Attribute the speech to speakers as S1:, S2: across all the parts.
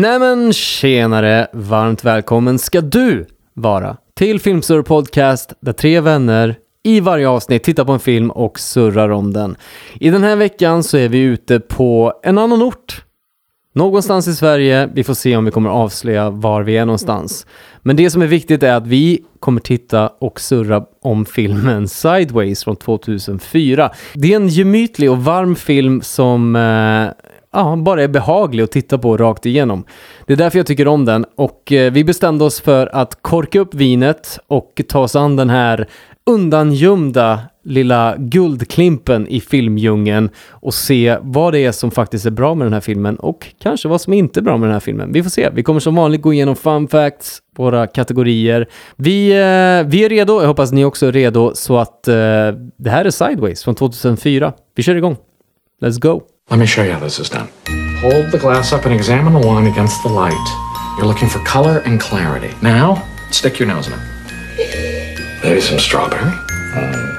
S1: Nämen tjenare! Varmt välkommen ska du vara till Filmsurr Podcast där tre vänner i varje avsnitt tittar på en film och surrar om den. I den här veckan så är vi ute på en annan ort. Någonstans i Sverige. Vi får se om vi kommer avslöja var vi är någonstans. Men det som är viktigt är att vi kommer titta och surra om filmen Sideways från 2004. Det är en gemytlig och varm film som eh, ja, bara är behaglig att titta på rakt igenom. Det är därför jag tycker om den och eh, vi bestämde oss för att korka upp vinet och ta oss an den här undangömda lilla guldklimpen i filmdjungeln och se vad det är som faktiskt är bra med den här filmen och kanske vad som inte är bra med den här filmen. Vi får se. Vi kommer som vanligt gå igenom fun facts, våra kategorier. Vi, eh, vi är redo. Jag hoppas ni också är redo så att eh, det här är Sideways från 2004. Vi kör igång. Let's go.
S2: Let me show you how this is done. Hold the glass up and examine the wine against the light. You're looking for color and clarity. Now, stick your nose in it. Maybe some strawberry. Mm.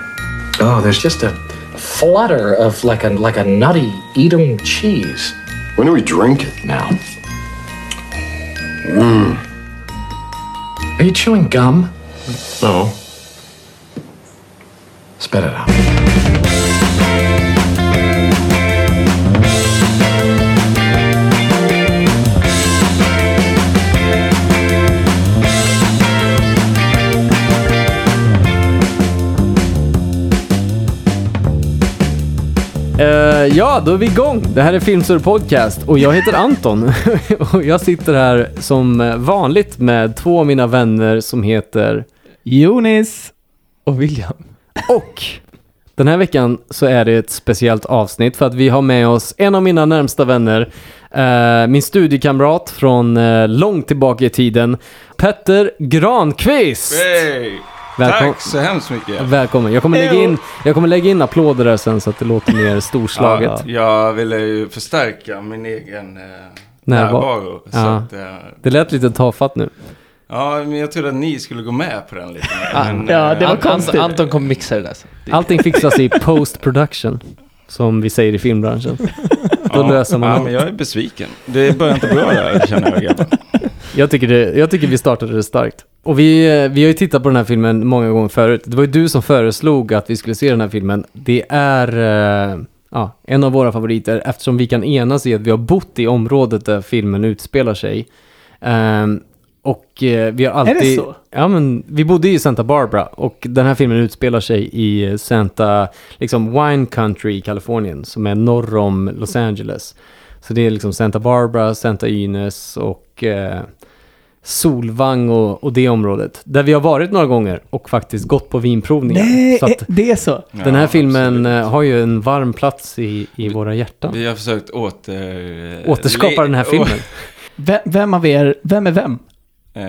S2: Oh, there's just a flutter of like a like a nutty Edam cheese.
S3: When do we drink it?
S2: Now. Mmm. Are you chewing gum?
S3: No.
S2: Spit it out.
S1: Eh, ja, då är vi igång. Det här är Filmsurr Podcast och jag heter Anton. och jag sitter här som vanligt med två av mina vänner som heter
S4: Jonis och William.
S1: och. Den här veckan så är det ett speciellt avsnitt för att vi har med oss en av mina närmsta vänner. eh, min studiekamrat från eh, långt tillbaka i tiden. Petter Granqvist!
S5: Hey!
S1: Välkom-
S5: Tack så hemskt mycket.
S1: Välkommen. Jag kommer, lägga in, jag kommer lägga in applåder där sen så att det låter mer storslaget.
S4: Ja.
S5: Jag ville ju förstärka min egen eh, närvaro. Så
S1: Ja.
S5: att, eh,
S1: Det lät lite tafatt nu.
S5: ja, men jag trodde att ni skulle gå med på den lite. Men,
S4: Ja,
S5: eh,
S4: det var
S5: an-
S4: konstigt. Anton, Anton kommer mixa det där sen.
S1: Allting fixas i post production, som vi säger i filmbranschen. Då löser man
S5: ja,
S1: det.
S5: men Jag är besviken. Det börjar inte bra där, känner jag. grabbar.
S1: Jag tycker, det, jag tycker vi startade det starkt. Och vi, eh, vi har ju tittat på den här filmen många gånger förut. Det var ju du som föreslog att vi skulle se den här filmen. Det är eh, ja, en av våra favoriter eftersom vi kan enas i att vi har bott i området där filmen utspelar sig. Ehm, och eh, vi har alltid...
S4: det så?
S1: Ja, men vi bodde ju i Santa Barbara och den här filmen utspelar sig i Santa, liksom Wine Country i Kalifornien som är norr om Los Angeles. Så det är liksom Santa Barbara, Santa Ynez och eh, Solvang och, och det området. Där vi har varit några gånger och faktiskt gått på vinprovningar.
S4: Nej, eh,
S1: så att
S4: det är så.
S1: den här
S5: Ja,
S1: filmen
S5: absolut.
S1: eh, har ju en varm plats i, i våra hjärtan.
S5: Vi har försökt åter... eh,
S1: Återskapa
S5: le-
S1: den här
S6: oh.
S1: filmen.
S4: Vem, vem av er, vem är vem?
S5: Eh,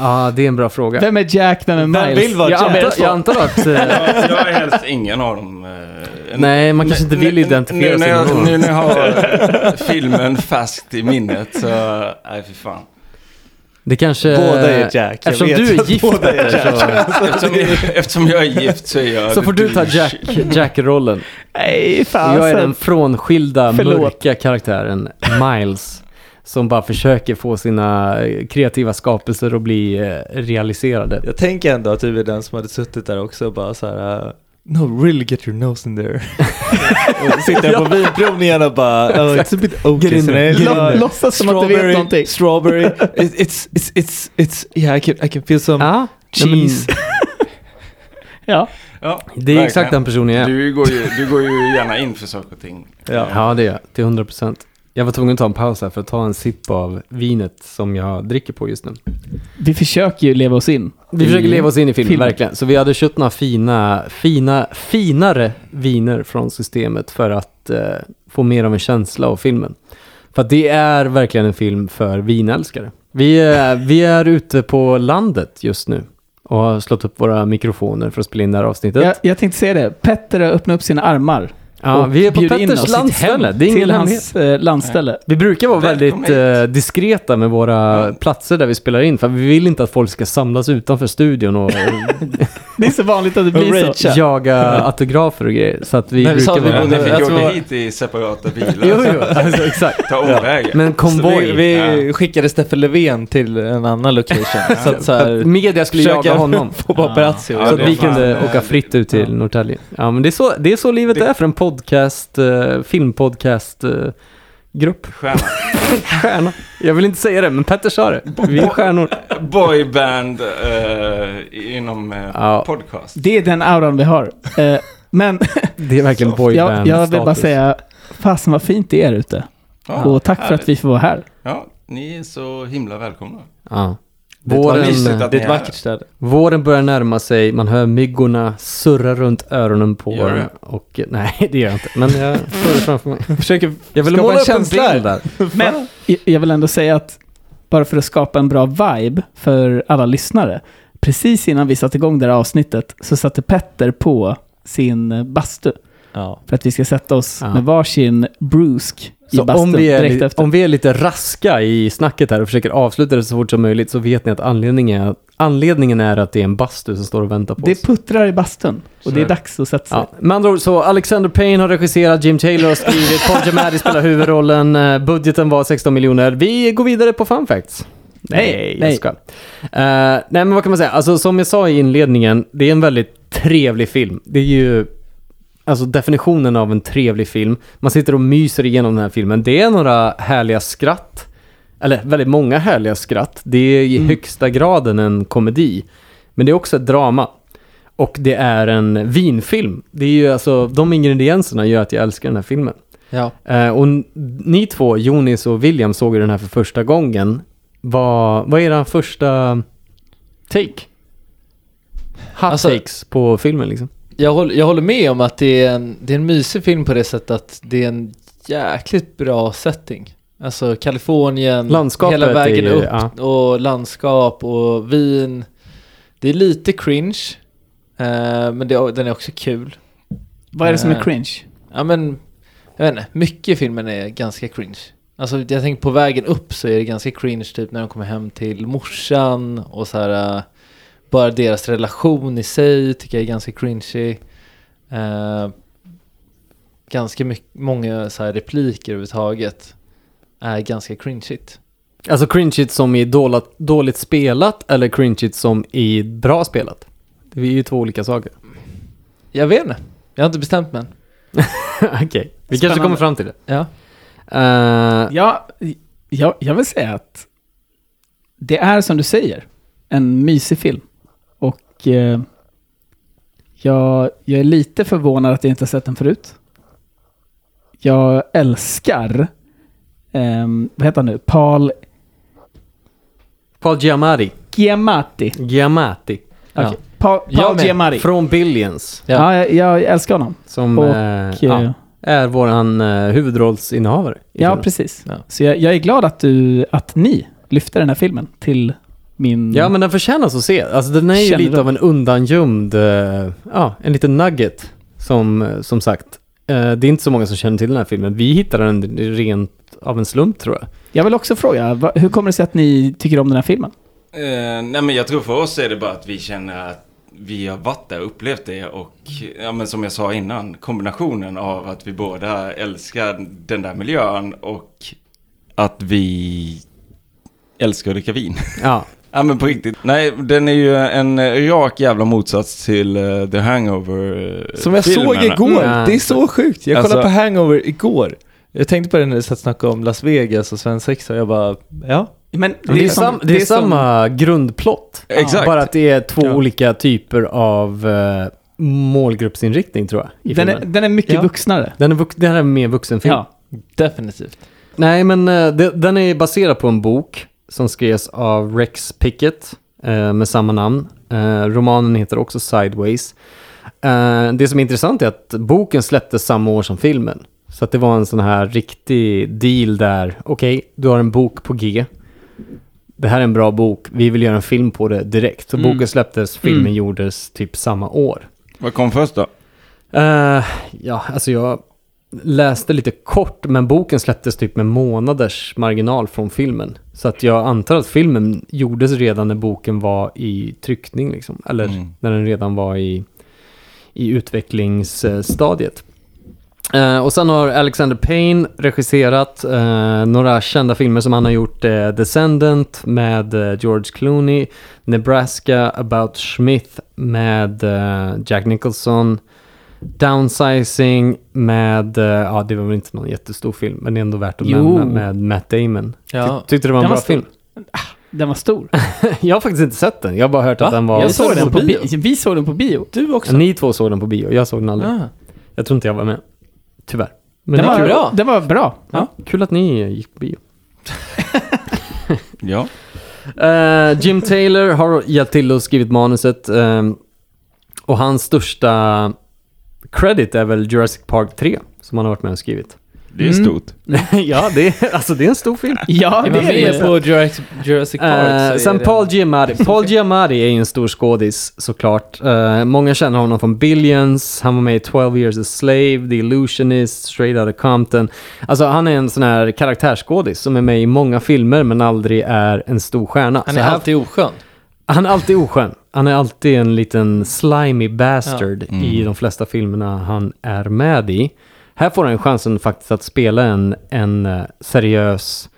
S1: Ja, det är en bra fråga.
S4: Vem är Jack, vem är Miles?
S6: vill vara
S1: Jag
S6: Jack?
S1: antar, jag antar att... eh,
S5: jag jag är helst ingen av dem. eh, en-
S1: Nej, man kanske inte
S5: Nu-
S1: vill
S5: nu-
S1: identifiera
S5: nu,
S1: sig
S5: när
S1: med
S5: jag,
S1: någon.
S5: Nu när jag har eh, filmen färskt i minnet så... Nej, fy fan.
S1: Det kanske...
S6: Båda är Jack. Jag
S1: Eftersom
S6: vet
S1: du är
S6: att
S1: gift
S6: båda är
S1: Petter, så,
S5: Eftersom, eftersom jag är gift så är jag...
S1: så får du ta
S5: douche.
S1: Jack, Jack-rollen.
S4: Nej, fan.
S1: jag är
S4: sen.
S1: den frånskilda,
S4: Förlåt.
S1: mörka karaktären Miles. Som bara försöker få sina eh, kreativa skapelser att bli eh, realiserade.
S6: Jag tänker ändå att du är den som hade suttit där också och bara så här. Uh, no, really get your nose in there. och sitter på vinprovningen och bara, oh, it's a bit okay.
S1: Get in
S6: so
S1: there,
S6: I-
S1: get in
S6: uh,
S1: there.
S4: Låtsas som att du vet
S6: strawberry,
S4: någonting.
S6: Strawberry, it, it's, it's, it's, it's, yeah, I can, I can feel some
S1: Ja, liksom. nej, men
S6: cheese.
S4: Ja.
S5: Ja,
S1: det är exakt den personen jag är.
S5: Du går, ju, du går ju gärna in för saker och ting.
S6: ja.
S1: Ja, det är jag. Till 100 procent. Jag var tvungen att ta en paus här för att ta en sipp av vinet som jag dricker på just nu.
S4: Vi försöker ju leva oss in. Mm.
S1: Vi försöker leva oss in i filmen,
S4: Filmen.
S1: verkligen. Så vi hade köpt några fina, fina, finare viner från systemet för att eh, få mer av en känsla av filmen. För att det är verkligen en film för vinälskare. Vi, eh, vi är ute på landet just nu och har slått upp våra mikrofoner för att spela in det här avsnittet.
S4: Jag, jag tänkte säga det. Petter har öppnat upp sina armar.
S1: Ja,
S4: och
S1: vi är på
S4: bjuder in
S1: Petters
S4: oss i sitt
S1: landställe,
S4: hem
S1: det är ingen
S4: till
S1: hemlighet.
S4: hans eh, landställe.
S1: Vi brukar vara
S5: Välkommen
S1: väldigt eh, diskreta med våra platser där vi spelar in, för vi vill inte att folk ska samlas utanför studion och
S4: Det är så vanligt att det blir så.
S1: jaga autografer och grejer. Så att vi
S6: Nej, vi sa
S1: brukar
S6: att vi
S1: vara...
S5: Ni
S6: bodde-
S5: fick
S6: jag
S5: åka
S6: tror-
S5: hit i separata bilar.
S1: Jo, jo, alltså, exakt.
S5: Ta omvägen.
S1: Men konvoj.
S6: Så vi vi skickade Stefan Löfven till en annan location. så att så här,
S1: Media skulle jaga
S6: försöka
S1: honom.
S6: få paparazzi.
S5: Ja,
S1: så att
S5: det är
S1: vi
S5: fan-
S1: kunde åka fritt ut till Norrtälje. Ja, men det är så, det är så livet är för en podcast, eh, filmpodcast, eh, grupp.
S5: Stjärna.
S1: Stjärna. Jag vill inte säga det, men Petter sa det. Vi är stjärnor.
S5: Boyband eh, inom eh,
S1: Ja.
S5: podcast.
S4: Det är den auran vi har. Eh, Men
S1: Det är verkligen
S4: jag,
S1: boyband
S4: jag vill bara säga, fasen vad fint det är ute.
S5: Ja,
S4: och tack för att vi får vara här.
S5: Ja, ni är så himla välkomna.
S1: Ja.
S6: Det var
S1: Våren,
S5: mysigt att-
S6: Det är ett vackert ställe.
S1: våren börjar närma sig, man hör myggorna surra runt öronen på
S5: Gör
S1: en.
S5: det?
S1: Och, eh, nej, det gör jag inte. Men jag får det framför mig.
S6: Jag försöker
S1: Jag vill
S6: skapa
S1: måla
S6: en
S1: upp en
S6: känsla här.
S1: bild där.
S4: Men jag- jag vill ändå säga att bara för att skapa en bra vibe för alla lyssnare. Precis innan vi satte igång det här avsnittet så satte Petter på sin eh, bastu.
S6: Ja.
S4: För att vi ska sätta oss
S1: Ja.
S4: med varsin brusk i
S1: Så
S4: bastun
S1: om vi, är,
S4: direkt
S1: li-
S4: efter.
S1: om vi är lite raska i snacket här och försöker avsluta det så fort som möjligt så vet ni att anledningen är, anledningen är att det är en bastu som står och väntar på oss.
S4: Det puttrar i bastun och det är
S5: är det.
S4: dags att sätta sig.
S1: Ja. Med andra ord så, Alexander Payne har regisserat, Jim Taylor har skrivit, Paul Giamatti spelar huvudrollen, eh, budgeten var 16 miljoner. Vi går vidare på fun facts. Nej, jag
S4: nej.
S1: ska. nej men vad kan man säga, alltså som jag sa i inledningen, det är en väldigt trevlig film. Det är ju Alltså definitionen av en trevlig film. Man sitter och myser igenom den här filmen. Det är några härliga skratt. Eller väldigt många härliga skratt. Det är i högsta graden en komedi. Men det är också ett drama. Och det är en vinfilm. Det är ju alltså, de ingredienserna gör att jag älskar den här filmen.
S6: Ja.
S1: Eh, och n- ni två, Jonis och William, såg ju den här för första gången. Vad, vad är era första take? Hot
S7: Alltså-
S1: takes på filmen liksom.
S7: Jag, håller, jag håller med om att det är, en, det är en mysig film på det sättet att det är en jäkligt bra setting. Alltså Kalifornien,
S1: Landskapet
S7: hela vägen
S1: är ju-
S7: upp
S1: ja.
S7: och landskap och vin. Det är lite cringe, eh, men det, den är också kul.
S4: Vad är det som är
S7: Eh,
S4: cringe?
S7: Ja men, jag vet inte, mycket i filmen är ganska cringe. Alltså jag tänker på vägen upp så är det ganska cringe typ när de kommer hem till morsan och så här eh, bara deras relation i sig tycker jag är ganska cringy. Eh, ganska mycket, många så här repliker överhuvudtaget är ganska cringeigt.
S1: Alltså cringeigt som i dåligt, dåligt spelat eller cringeigt som i bra spelat? Det är ju två olika saker.
S7: Jag vet inte, jag har inte bestämt mig än.
S1: Okej, vi kanske
S4: Spännande.
S1: kommer fram till det.
S7: Ja.
S1: Eh,
S4: Ja, jag, jag vill säga att det är som du säger, en mysig film. Och eh, jag, jag är lite förvånad att jag inte har sett den förut. Jag älskar, ehm, vad heter han nu, Paul
S1: Paul Giamatti.
S4: Giamatti.
S1: Giamatti.
S7: Ja.
S4: Okej, Paul,
S7: Jag
S4: Paul
S7: med.
S4: Giamatti.
S1: Från Billions.
S7: Ja.
S4: Ja, jag, jag älskar honom.
S1: Som
S4: Och,
S1: eh,
S4: eh,
S1: ja, är våran eh, huvudrollsinnehavare. i
S4: Ja,
S1: filmen.
S4: precis.
S7: Ja.
S4: Så jag, jag är glad att, du, att ni lyfter den här filmen till min...
S1: ja, men den förtjänas att se. Alltså den är ju
S4: Mm. Känner
S1: lite
S4: du?
S1: av en undangömd, eh, ja, en liten nugget. Som, eh, som sagt, Eh, det är inte så många som känner till den här filmen. Vi hittade den rent av en slump tror jag.
S4: Jag vill också fråga, va, hur kommer det sig att ni tycker om den här filmen?
S5: Eh, nej men jag tror för oss är det bara att vi känner att vi har varit där och upplevt det och ja, men som jag sa innan, kombinationen av att vi båda älskar den där miljön och att vi älskar att dricka vin.
S1: Ja,
S5: Ja men på riktigt. Nej, den är ju en rak jävla motsats till eh, The Hangover eh,
S6: Som jag
S5: filmerna.
S6: såg igår,
S1: Mm.
S6: det är så sjukt. Jag kollade
S5: Alltså-
S6: på Hangover igår. Jag tänkte på det när du satt och snackade om Las Vegas och svensexa och jag bara, ja.
S4: Men
S1: Det, är, sam, det är samma grundplott.
S5: Exakt.
S1: Bara att det är två
S6: Ja.
S1: olika typer av eh, målgruppsinriktning tror jag. I
S4: den, är,
S1: filmen.
S4: den är mycket
S6: Ja.
S4: vuxnare.
S1: Den är, vux- det här är mer vuxenfilm.
S4: Ja.
S7: Definitivt.
S1: Nej, men eh, det, den är baserad på en bok som skrevs av Rex Pickett eh, med samma namn. Eh, romanen heter också Sideways. Eh, det som är intressant är att boken släpptes samma år som filmen. Så att det var en sån här riktig deal där, okej, du har en bok på G. Det här är en bra bok, vi vill göra en film på det direkt. Så
S4: Mm.
S1: boken släpptes, filmen
S4: Mm.
S1: gjordes typ samma år.
S5: Vad kom först då?
S1: Eh, ja, alltså jag läste lite kort, men boken släpptes typ med månaders marginal från filmen. Så att jag antar att filmen gjordes redan när boken var i tryckning, liksom. eller
S5: Mm.
S1: när den redan var i, i utvecklingsstadiet. Eh, och sen har Alexander Payne regisserat eh, några kända filmer som han har gjort. Eh, Descendant med eh, George Clooney, Nebraska about Smith med eh, Jack Nicholson, Downsizing med, eh, ja det var väl inte någon jättestor film, men ändå värt att
S4: Jo.
S1: nämna med Matt Damon.
S7: Ja.
S1: Ty- tyckte det var en
S4: Den
S1: bra
S4: var stor.
S1: film.
S4: Den var stor.
S1: jag har faktiskt inte sett den, jag har bara hört att den var...
S4: jag såg den på
S7: bio.
S4: bio. Vi såg den på bio.
S7: Du också?
S1: Ni två såg den på bio, jag såg den aldrig.
S7: Ah.
S1: Jag tror inte jag var med. Tyvärr. Men
S4: Den
S1: det är
S4: var
S1: kul.
S7: bra.
S4: Den var bra. Ja.
S1: Kul att ni gick på bio.
S5: Ja.
S1: Eh, Jim Taylor har hjälpt till och skrivit manuset. ehm, och hans största credit är väl Jurassic Park 3, som han har varit med och skrivit.
S5: Det är
S4: Mm.
S5: stort.
S1: ja, det är, alltså, det är en stor film.
S4: Ja,
S7: Är man
S4: det är
S7: med
S4: det.
S7: på Jurassic, Jurassic Park så
S1: Eh,
S7: är
S1: sen
S7: det-
S1: Paul Giamatti. Paul Giamatti är ju en stor skådis såklart. Eh, många känner honom från Billions, han var med i 12 Years a Slave, The Illusionist, Straight Outta Compton. Alltså han är en sån här karaktärsskådis som är med i många filmer men aldrig är en stor stjärna.
S7: Han
S1: Så
S7: är
S1: här-
S7: alltid oskön.
S1: Han är alltid oskön. Han är alltid en liten slimy bastard
S5: Ja. Mm.
S1: i de flesta filmerna han är med i. Här får han chansen faktiskt att spela en, en eh, seriös,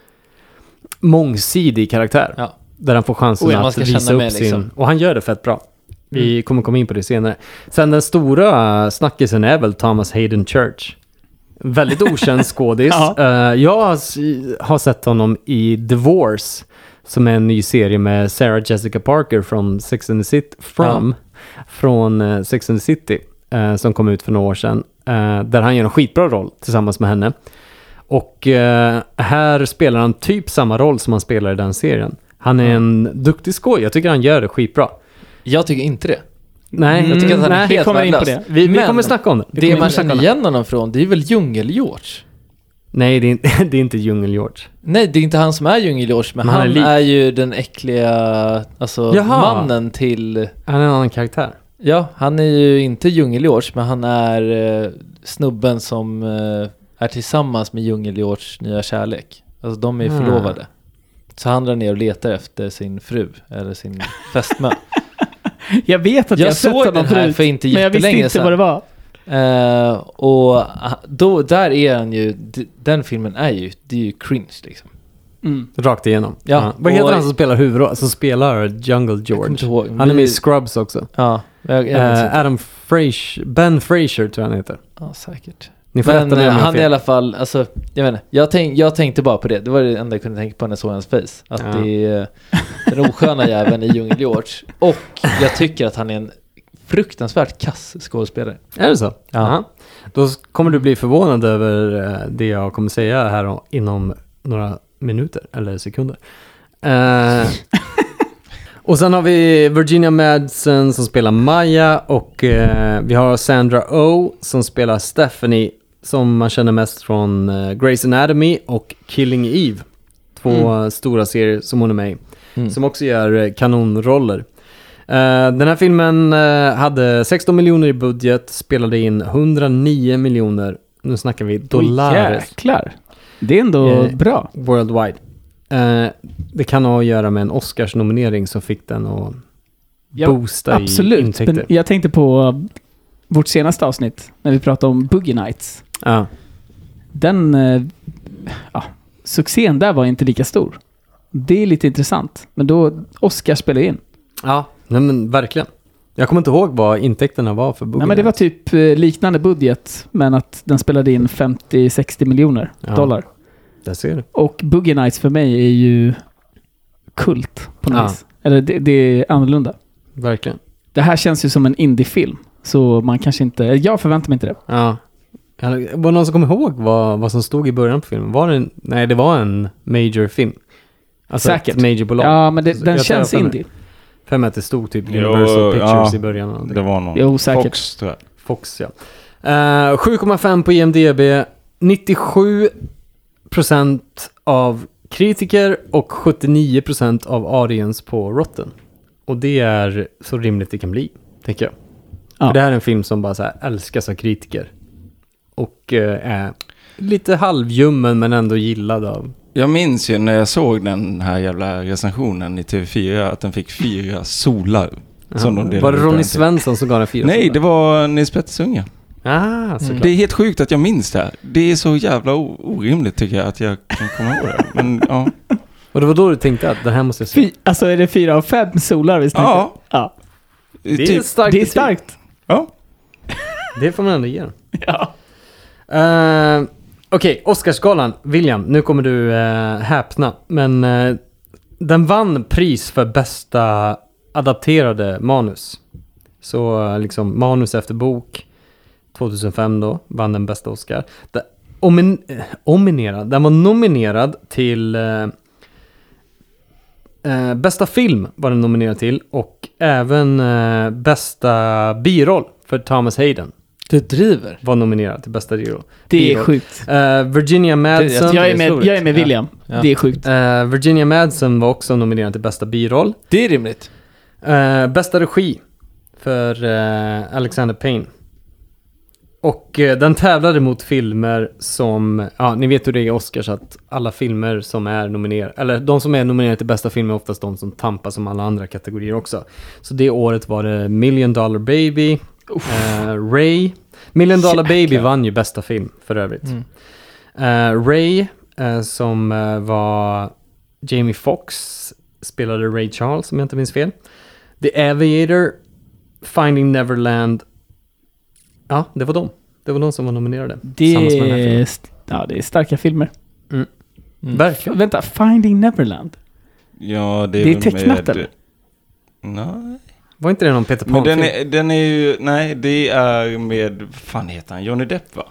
S1: mångsidig karaktär.
S7: Ja.
S1: Där han får chansen
S7: Oh ja, man
S1: att
S7: ska
S1: visa
S7: känna
S1: upp
S7: med,
S1: sin...
S7: liksom. Mm.
S1: Och han gör det fett bra. Vi kommer komma in på det senare. Sen den stora eh, snackisen är väl Thomas Hayden Church. Väldigt okänd skådis.
S4: Ja.
S1: Eh, jag har s- har sett honom i Divorce, som är en ny serie med Sarah Jessica Parker från Sex and the City, from, från eh, Sex and the City, eh, som kom ut för några år sedan. eh, där han gör en skitbra roll tillsammans med henne. Och eh, här spelar han typ samma roll som han spelar i den serien. Han är en duktig skoj. Jag tycker han gör det skitbra.
S7: Jag tycker inte det.
S1: Nej,
S7: Mm, Jag tycker att han är
S1: nej.
S7: helt
S4: kommer in på
S7: värdelös.
S4: det.
S1: Vi, vi
S7: Men
S1: kommer snacka om det. Vi
S7: Det
S1: kommer
S7: man
S1: snacka om
S7: känner igen honom från, det är väl Djungel-George?
S1: Nej, det är, inte- det är inte Djungel-George.
S7: Nej, det är inte han som är Djungel-George, men,
S1: Men han
S7: han,
S1: är lik.
S7: är, ju den äckliga, alltså
S1: Jaha.
S7: mannen till...
S1: Han är en annan karaktär.
S7: Ja, han är ju inte Djungel-George, men han är eh, snubben som eh, är tillsammans med Djungel-Georges nya kärlek. Alltså de är
S1: Ah.
S7: förlovade. Så han drar ner och letar efter sin fru, eller sin fästmö.
S4: Jag vet att jag,
S7: jag
S4: har sett
S7: såg den
S4: honom
S7: här
S4: förut.
S7: för inte
S4: Men jag visste
S7: jättelänge
S4: inte
S7: sedan.
S4: vad det var.
S7: Eh, och ah, då, där är han ju, d- den filmen är ju, det är ju cringe liksom.
S4: Mm.
S1: Rakt igenom.
S7: Ja,
S1: Vad heter
S7: och-
S1: han som spelar huvudrollen? Som spelar Jungle
S7: Jag kommer inte
S1: George?
S7: ihåg.
S1: Han är med i
S7: Vi-
S1: Scrubs också.
S7: Ja, jag, jag minns
S1: Eh,
S7: inte.
S1: Adam Fraser, Ben Fraser tror jag han heter.
S7: ja, säkert.
S1: Ni får
S7: Men
S1: rätta mig
S7: eh,
S1: om jag har
S7: han är i
S1: fel.
S7: alla fall, alltså, jag menar, jag, tänk, jag tänkte bara på det. Det var det enda jag kunde tänka på när jag såg hans face. Att
S1: Ja.
S7: det är eh, den osköna jäveln i Djungel-George. Och jag tycker att han är en fruktansvärt kass skådespelare.
S1: Är det så? Ja. Då s- kommer du bli förvånad över eh, det jag kommer säga här om- inom några minuter eller sekunder. Eh, och sen har vi Virginia Madsen som spelar Maja och eh, vi har Sandra Oh som spelar Stephanie som man känner mest från eh, Grey's Anatomy och Killing Eve. Två eh, stora serier som hon är med i.
S7: Mm.
S1: Som också gör eh, kanonroller. Eh, den här filmen eh, hade 16 miljoner i budget, spelade in 109 miljoner. Nu snackar vi
S4: Oj,
S1: dollar
S4: jäklar. Det är ändå
S1: Eh,
S4: bra.
S1: worldwide. Eh, det kan ha att göra med en Oscars-nominering som fick den att
S4: Ja,
S1: boosta i
S4: Absolut. Men
S1: intäkter.
S4: jag tänkte på eh, vårt senaste avsnitt när vi pratade om Boogie Nights.
S1: Ja.
S4: Den... eh, Ja, succén där var inte lika stor. Det är lite intressant. Men då Oscar spelade in.
S1: ja, nej men verkligen. Jag kommer inte ihåg vad intäkterna var för Boogie
S4: Nej, men det var
S1: Nights.
S4: typ eh, liknande budget, men att den spelade in 50-60 miljoner
S1: Ja.
S4: dollar.
S1: Där ser du.
S4: Och Boogie Nights för mig är ju kult på något
S1: Ja.
S4: vis. Eller det, det är annorlunda.
S1: Verkligen.
S4: Det här känns ju som en indiefilm. Så man kanske inte... Jag förväntar mig inte det.
S1: Ja. Eller, Var det någon som kom ihåg vad, vad som stod i början på filmen? Var det en, nej, det var en major film. Alltså
S4: Säkert.
S1: ett majorbolag.
S4: Ja, men det,
S1: Så
S4: den
S1: jag tar
S4: känns
S1: för mig.
S4: indie.
S1: För mig att det stod typ
S5: Jo,
S1: Universal Pictures
S5: ja.
S1: i början. av
S5: Det
S1: det.
S5: var någon.
S4: Jo, säkert.
S5: Fox tror jag.
S1: Fox ja. Eh, 7,5 på IMDB. 97% av kritiker och 79% av audience på Rotten. Och det är så rimligt det kan bli, tänker jag.
S4: Ja.
S1: För det här är en film som bara så här älskas av kritiker. och eh, är lite halvljummen men ändå gillad av.
S5: Jag minns ju när jag såg den här jävla recensionen i TV4 att den fick fyra solar. Som de delade
S1: eh, var det
S5: ut den
S1: Ronny
S5: till.
S1: Svensson som gav den fyra
S5: Nej, det var Nils Pettersunga.
S1: Ah, såklart.
S5: Det är helt sjukt att jag minns det här. Det är så jävla o- orimligt tycker jag att jag kan komma ihåg det. Men ja.
S1: Och det var då du tänkte att det här måste jag se.
S4: Fy, alltså är det fyra av fem solar vi snackar?
S5: ja.
S4: ja.
S1: Det är
S5: Typ,
S1: starkt
S4: Det är
S1: betyg.
S4: starkt.
S5: ja.
S1: Det får man ändå ge den.
S4: Ja.
S1: Eh, Okej, Oscarsgalan. William, nu kommer du eh, häpna. Men eh, den vann pris för bästa adapterade manus. Så eh, liksom manus efter bok. 2005 då, vann den bästa Oscar. Den, omin, eh, ominerad. Den var nominerad till eh, eh, bästa film var den nominerad till och även eh, bästa biroll för Thomas Hayden
S7: Du driver?
S1: var nominerad till bästa biroll.
S4: Det är
S1: Biroll.
S4: sjukt.
S1: Eh, Virginia Madsen.
S4: Jag är med, jag är med William.
S7: Ja.
S4: Det är sjukt.
S1: Eh, Virginia Madsen var också nominerad till bästa biroll.
S7: Det är rimligt.
S1: Eh, bästa regi för eh, Alexander Payne. Och eh, den tävlade mot filmer som, ja ni vet hur det är i Oscars att alla filmer som är nominerade, eller de som är nominerade till bästa film är oftast de som tampas som alla andra kategorier också. Så det året var det Million Dollar Baby, eh, Ray. Million Dollar Baby vann ju bästa film för övrigt. Eh, Ray, eh, som eh, var Jamie Foxx, spelade Ray Charles om jag inte minns fel. The Aviator, Finding Neverland. Ja, det var de. Det var de som var nominerade.
S4: Det
S1: tillsammans med den här
S4: är,
S1: filmen.
S4: st- ja, det är starka filmer.
S1: Verkligen.
S4: Vänta, Finding Neverland?
S5: ja, det är,
S4: Det är
S5: väl
S4: tecknat,
S5: med-
S4: eller?
S5: Nej.
S1: Var inte det någon Peter Pan
S5: Men den
S1: film?
S5: är, den är ju, nej, det är med, vad fan heter han, Johnny Depp va?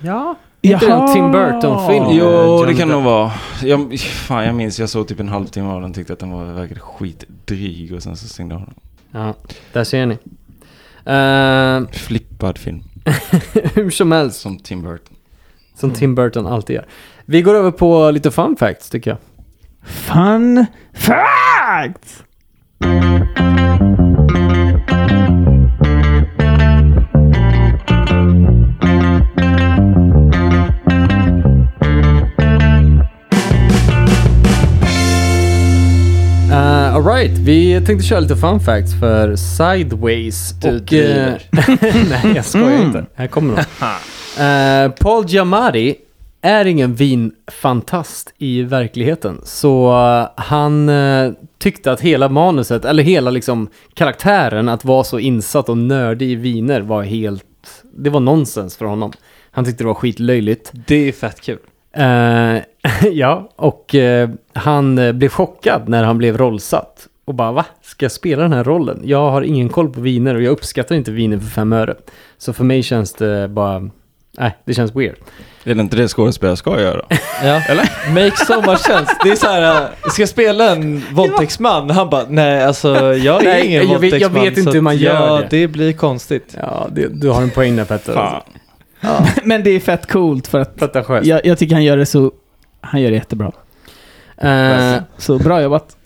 S1: Ja. Inte det någon Tim Burton-film?
S4: Ja,
S5: Jo, det
S1: Johnny Depp.
S5: kan nog vara. Jag, fan, jag minns, jag såg typ en halvtimme av den, tyckte att den var, verkade skitdryg och sen så stängde jag av den.
S1: Ja, där ser ni. Eh,
S5: Flippad film,
S1: hur som helst.
S5: som Tim Burton.
S1: Som Tim Burton alltid gör. Vi går över på lite fun facts tycker jag.
S4: Fun fact!
S1: Uh, Alright, vi tänkte köra lite fun facts för Sideways.
S7: Du
S1: och, eh, Mm. Nej, jag skojar inte. Här kommer de. Eh, Paul Giamatti är ingen vinfantast i verkligheten. Så eh, han eh, tyckte att hela manuset, eller hela liksom karaktären att vara så insatt och nördig i viner var helt... Det var nonsens för honom. Han tyckte det var skitlöjligt.
S7: Det är fett kul.
S1: Eh, ja, och eh, han eh, blev chockad när han blev rollsatt. Och bara va? Ska jag spela den här rollen? Jag har ingen koll på viner och jag uppskattar inte viner för fem öre. Så för mig känns det bara... Nej, det känns weird.
S5: Är det inte det skådespelare ska göra?
S7: Ja. Eller? Make so much sense. Det är så här, äh, ska jag spela en våldtäktsman? Han bara, nej alltså jag är
S1: Nej,
S7: ingen
S1: jag vet- jag
S7: våldtäktsman.
S1: vet inte
S7: så att-
S1: hur man gör
S7: ja,
S1: det.
S7: Ja, det blir konstigt.
S1: Ja, det, du har en poäng där Petter.
S5: Fan.
S4: Men det är fett coolt för att
S1: Pretentiöst.
S4: jag, jag tycker han gör det så... Han gör det jättebra.
S1: Eh,
S4: Så bra jobbat.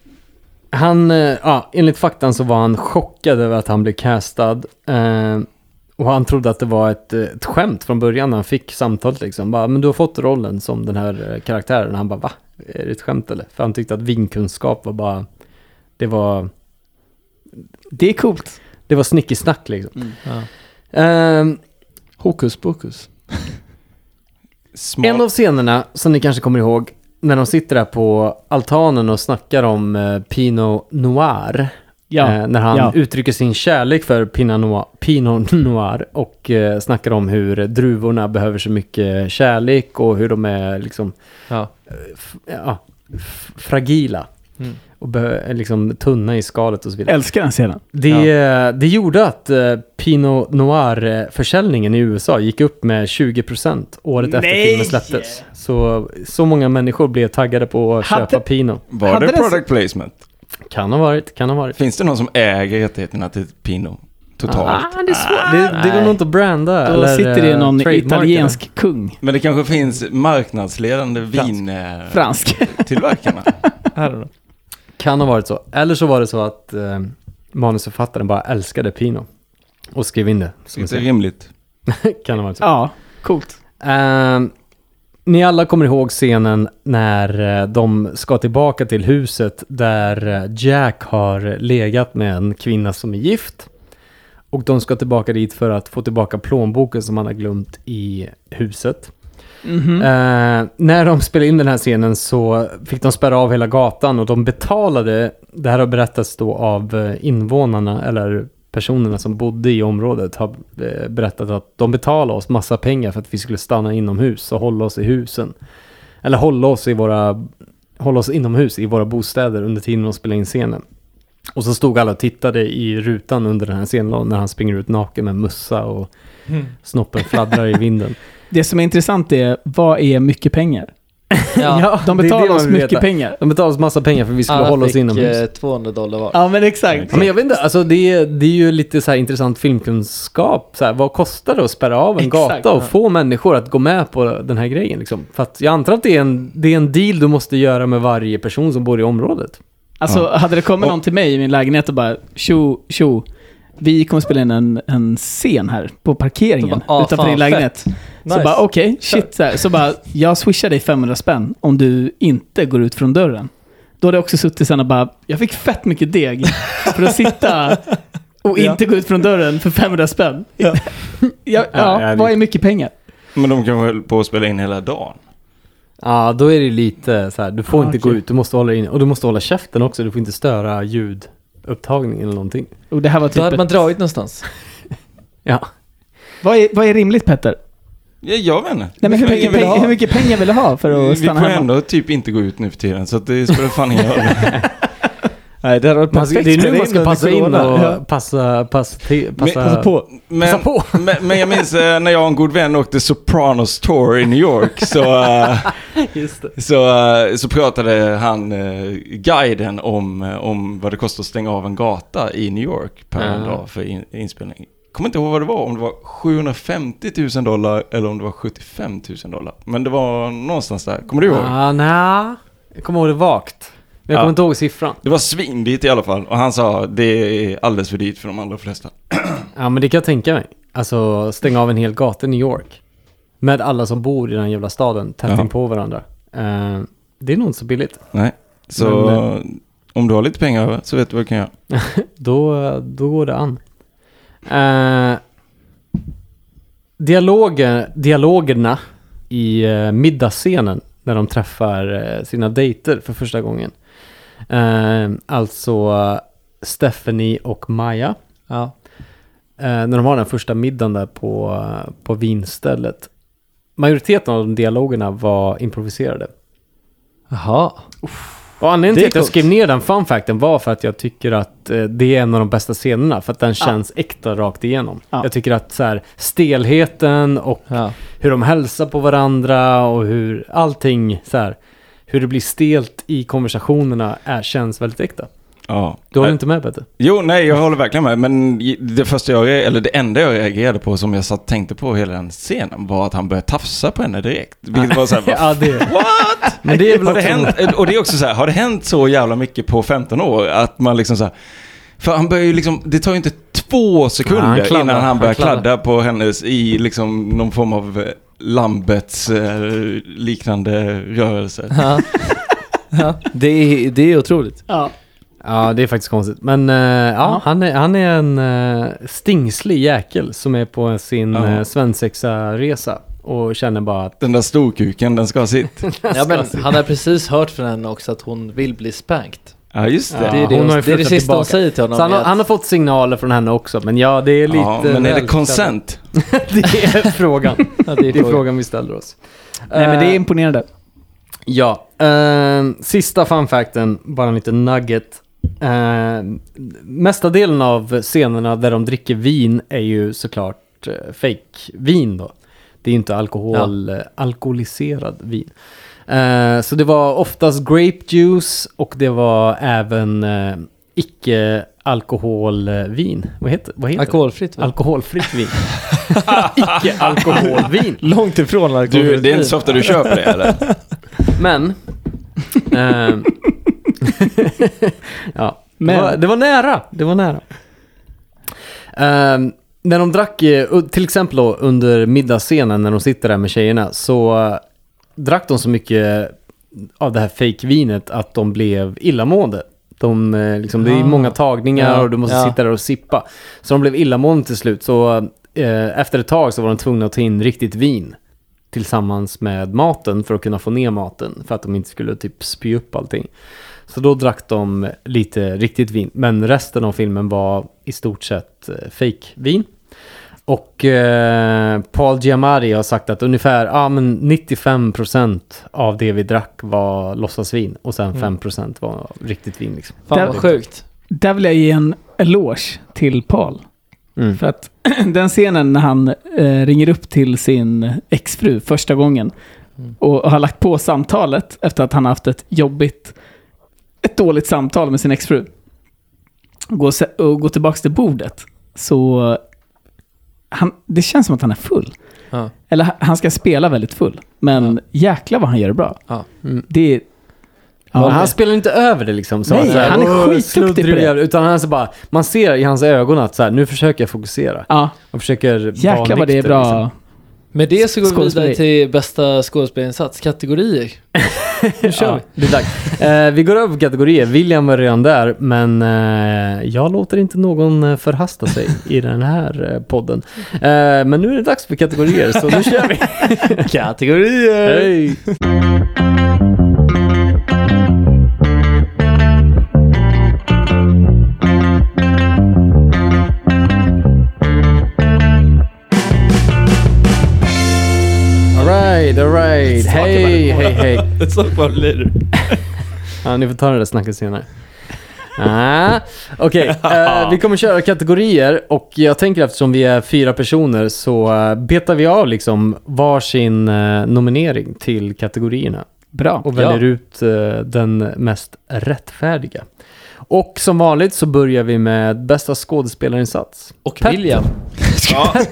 S1: Han, eh, ja, enligt faktan så var han chockad över att han blev castad. Eh, och han trodde att det var ett, eh, ett skämt från början när han fick samtalet liksom. Bara, men du har fått rollen som den här eh, karaktären. Och han bara, va? Är det ett skämt eller? För han tyckte att vinkunskap var bara, det var,
S4: Det är coolt.
S1: det var snickesnack liksom.
S7: Ja.
S1: Eh,
S7: Hokus pokus.
S5: Smart.
S1: En av scenerna som ni kanske kommer ihåg när de sitter där på altanen och snackar om eh, Pinot Noir.
S4: Ja.
S1: Eh, när han
S4: ja.
S1: uttrycker sin kärlek för Pinot Noir, Pinot Noir och eh, snackar om hur druvorna behöver så mycket kärlek och hur de är liksom
S7: Ja.
S1: f- ja, f- fragila.
S4: Mm.
S1: Och behö- liksom tunna i skalet och så vidare.
S4: Älskar den scenen.
S1: Det, det gjorde att eh, Pinot Noir-försäljningen i USA gick upp med 20% året efter
S4: Nej!
S1: filmen släpptes. Så, så många människor blev taggade på att
S4: Hade-
S1: köpa Pinot.
S5: Var
S4: Hade
S5: det
S4: det-
S5: product placement?
S1: Kan ha varit, kan ha varit.
S5: Finns det någon som äger rättigheterna till Pino? Totalt.
S1: Ah, det, är svårt. det, det går nog inte att branda.
S4: Då
S1: eller,
S4: sitter det
S1: eh,
S4: någon
S1: trademarka.
S4: italiensk kung.
S5: Men det kanske finns marknadsledande vintillverkarna.
S4: Fransk.
S1: Kan ha varit så. Eller så var det så att eh, manusförfattaren bara älskade Pinot. Och skrev in det. Som
S5: Det är
S1: jag
S5: rimligt.
S1: kan ha varit så.
S4: ja. Coolt.
S1: Ehm, ni alla kommer ihåg scenen när eh, de ska tillbaka till huset där eh, Jack har legat med en kvinna som är gift. Och de ska tillbaka dit för att få tillbaka plånboken som han har glömt i huset.
S4: Mhm.
S1: Eh, när de spelade in den här scenen så fick de spärra av hela gatan och de betalade, det här har berättats då av eh, invånarna eller personerna som bodde i området har eh, berättat att de betalade oss massa pengar för att vi skulle stanna inomhus och hålla oss i husen. Eller hålla oss i våra, hålla oss inomhus i våra bostäder under tiden de spelade in scenen. Och så stod alla och tittade i rutan under den här scenen då, när han springer ut naken med mössa och Mm. snoppen fladdrar i vinden.
S4: Det som är intressant är, vad är mycket pengar?
S7: Ja.
S4: De
S1: det är det
S4: betalar
S1: man
S4: oss
S1: vill
S4: mycket
S1: veta.
S4: pengar.
S1: De betalade oss massa pengar för vi skulle
S7: Alla
S1: hålla oss
S7: fick,
S1: inomhus.
S7: eh, 200 dollar var.
S4: Ja, men exakt.
S1: Ja, men jag vet inte, alltså det, är, det är ju lite så här intressant filmkunskap. Så här, vad kostar det att spärra av en
S4: Exakt,
S1: gata och
S4: ja.
S1: få människor att gå med på den här grejen? Liksom? För att jag antar att det är, en, det är en deal du måste göra med varje person som bor i området.
S4: Alltså, hade det kommit någon till mig i min lägenhet och bara tjo, tjo, vi kommer spela in en, en scen här på parkeringen
S7: Så bara, "Ah,
S4: utanför
S7: fan,
S4: din lägenhet. Så
S6: Nice.
S4: bara okej, shit. Så, här. så bara, jag swishar dig 500 spänn om du inte går ut från dörren. Då hade jag också suttit sen och bara, jag fick fett mycket deg för att sitta och
S6: Ja.
S4: inte gå ut från dörren för 500 spänn. Ja, ja,
S5: ja, det-
S4: vad är mycket pengar?
S5: Men de kanske höll på att spela in hela dagen.
S1: Ja, då är det lite så här, du får
S4: Ah,
S1: inte gå
S4: okej.
S1: ut, du måste hålla in och du måste hålla käften också, du får inte störa ljudupptagningen eller någonting.
S4: Och det här var
S7: Då
S4: typ
S7: hade
S4: ett-
S7: man dragit någonstans.
S1: Ja.
S4: vad, är, vad är rimligt Petter?
S5: Ja, jag vet inte.
S4: Nej, men hur, mycket
S5: vill
S4: pengar,
S5: ha?
S4: hur mycket pengar vill du ha för att
S5: Vi
S4: stanna
S5: får
S4: hemma?
S5: ändå typ inte gå ut nu för tiden, så att det spelar fan ingen roll.
S6: Nej, det hade varit
S1: Man ska,
S6: perfekt.
S1: det är
S6: Spela
S1: nu man ska
S6: under
S1: passa in och
S6: corona. Ja.
S1: passa, passa, till, passa,
S6: Passa på.
S5: Men,
S1: på.
S5: men, men jag minns eh, när jag och en god vän åkte Sopranos Tour i New York så, eh, så, eh, så pratade han, eh, guiden, om, eh, om vad det kostar att stänga av en gata i New York per
S1: Ja.
S5: dag för in, inspelning. Kommer inte ihåg vad det var, om det var 750 000 dollar eller om det var 75 000 dollar. Men det var någonstans där, kommer du ihåg?
S1: Ah, nja. Jag kommer ihåg det vagt. Men jag
S5: Ja.
S1: kommer inte ihåg siffran.
S5: Det var svindyrt i alla fall och han sa det är alldeles för dyrt för de allra flesta.
S1: Ja men det kan jag tänka mig. Alltså stänga av en hel gata i New York. Med alla som bor i den jävla staden tätt
S5: Ja.
S1: in på varandra. Eh, det är nog inte så billigt.
S5: Nej, så
S1: Men,
S5: om du har lite pengar över så vet du vad du kan göra.
S1: Då, då går det an. Eh, dialoger, dialogerna i eh, middagsscenen när de träffar eh, sina dejter för första gången. Eh, alltså eh, Stephanie och Maja.
S7: Ja.
S1: eh, när de har den första middagen där på, eh, på vinstället. Majoriteten av de dialogerna var improviserade.
S7: Jaha.
S1: Och anledningen
S7: Det är
S1: till att jag
S7: coolt.
S1: skrev ner den fun facten var för att jag tycker att eh, det är en av de bästa scenerna. För att den känns äkta rakt igenom.
S4: Ja.
S1: Jag tycker att så här, stelheten och
S7: Ja.
S1: hur de hälsar på varandra och hur allting så här, hur det blir stelt i konversationerna är, känns väldigt äkta.
S5: Ja.
S1: Du håller
S5: Eh,
S1: inte med Peter?
S5: Jo, nej, jag håller verkligen med. Men det första jag, re- eller det enda jag reagerade på som jag satt tänkte på hela den scenen var att han började tafsa på henne direkt. Vilket var så här, vad
S1: Ja, det...
S5: What?
S1: Men det är väl
S5: har det
S1: också-
S5: hänt, och det är också så här, har det hänt så jävla mycket på 15 år att man liksom så här, för han börjar ju liksom, det tar ju inte två sekunder
S1: Ja, han kladdar,
S5: innan
S1: han
S5: han börjar
S1: kladdar.
S5: kladda på hennes i liksom någon form av eh, Lambets eh, liknande rörelse.
S7: Ja. ja. Det, är, det är otroligt.
S4: Ja.
S1: Ja, det är faktiskt konstigt. Men eh, ja,
S4: Ja.
S1: han är, han är en eh, stingslig jäkel som är på sin
S5: Ja.
S1: uh, svensexa-resa och känner bara att
S5: Den där storkuken, den ska ha sitt.
S7: Ja, men han har precis hört från henne också att hon vill bli spanked.
S5: Ja, just det.
S1: Ja,
S7: det är det,
S1: hon
S7: hon
S1: har ju
S7: det, är det
S1: flyttat
S7: sista
S1: tillbaka.
S7: hon säger till honom.
S1: så han,
S7: är
S1: har,
S7: att,
S1: han har fått signaler från henne också, men ja, det är lite...
S5: Ja, men är det
S1: väl-
S5: consent?
S1: Det är frågan.
S7: ja, det är
S1: Det är
S7: frågan.
S1: frågan vi ställer oss.
S4: Nej, men det är
S1: Eh,
S4: imponerande.
S1: Ja, eh, sista funfacten, bara en liten nugget. Eh, mesta delen av scenerna där de dricker vin är ju såklart eh, fake vin då. Det är ju inte alkohol, eh, alkoholiserad vin. Eh, så det var oftast grape juice och det var även eh, icke-alkoholvin. Vad heter, vad heter
S7: Alkoholfritt
S1: det?
S7: va?
S1: Alkoholfritt vin. icke-alkoholvin.
S6: Långt ifrån
S5: Du,
S6: alkoholfritt
S5: det är inte så ofta du köper det eller?
S1: Men... ehm, ja, Det,
S4: Men-
S1: var, det var nära. Det var nära. Ehm, när de drack, eh, u- till exempel då under middagsscenen när de sitter där med tjejerna, så eh, drack de så mycket av det här fejkvinet att de blev illamående. De, eh, liksom, det är många tagningar
S7: Ja,
S1: och du måste
S7: ja.
S1: sitta där och sippa. Så de blev illamående till slut. Så eh, efter ett tag så var de tvungna att ta in riktigt vin tillsammans med maten för att kunna få ner maten. För att de inte skulle typ spy upp allting. Så då drack de lite riktigt vin. Men resten av filmen var i stort sett eh, fake-vin. Och eh, Paul Giamatti har sagt att ungefär ah, men 95% av det vi drack var låtsasvin och
S7: Mm.
S1: sen 5% var riktigt vin. Liksom.
S7: Fan
S4: Där-
S7: vad sjukt.
S4: Där vill jag ge en eloge till Paul.
S1: Mm.
S4: För att den scenen när han eh, ringer upp till sin exfru första gången
S7: Mm.
S4: och, och har lagt på samtalet efter att han har haft ett jobbigt, ett dåligt samtal med sin exfru. Går, se- och går tillbaka till bordet. Så han, det känns som att han är full.
S7: Ja.
S4: Eller han- han ska spela väldigt full. Men jäklar vad han gör det bra.
S7: Ja. Mm.
S4: Det är...
S1: Men han spelar inte över det liksom. Så
S4: Nej,
S1: så
S4: han är
S1: "Åh,
S4: skitduktig
S1: sluddrig
S4: på det."
S1: jävel." Utan han är så bara, man ser i hans ögon att så här, nu försöker jag fokusera.
S4: ja,
S1: Och försöker
S4: jäklar
S1: vara
S4: vad det är
S1: nykter,
S4: bra.
S1: liksom.
S7: Med det så går vi vidare
S4: Skådespeleri.
S7: till bästa skådespelarinsats, kategorier. Nu kör vi.
S1: liksom. Det är dags. Eh, vi går över kategorier. William var redan där, men eh, jag låter inte någon eh, förhasta sig i den här eh, podden. Eh, men nu är det dags för kategorier, så nu kör vi.
S7: Kategorier!
S1: Hej! Alright, alright. Hej, hej, hej.
S6: Så bara blir det.
S1: Ja, ni får ta det där snacket senare. Ah, Okej, eh, vi kommer köra kategorier och jag tänker eftersom vi är fyra personer så eh, betar vi av liksom varsin eh, nominering till kategorierna
S4: Bra.
S1: och väljer ut eh, den mest rättfärdiga. Och som vanligt så börjar vi med bästa skådespelarinsats.
S7: Och
S1: Petter.
S7: William.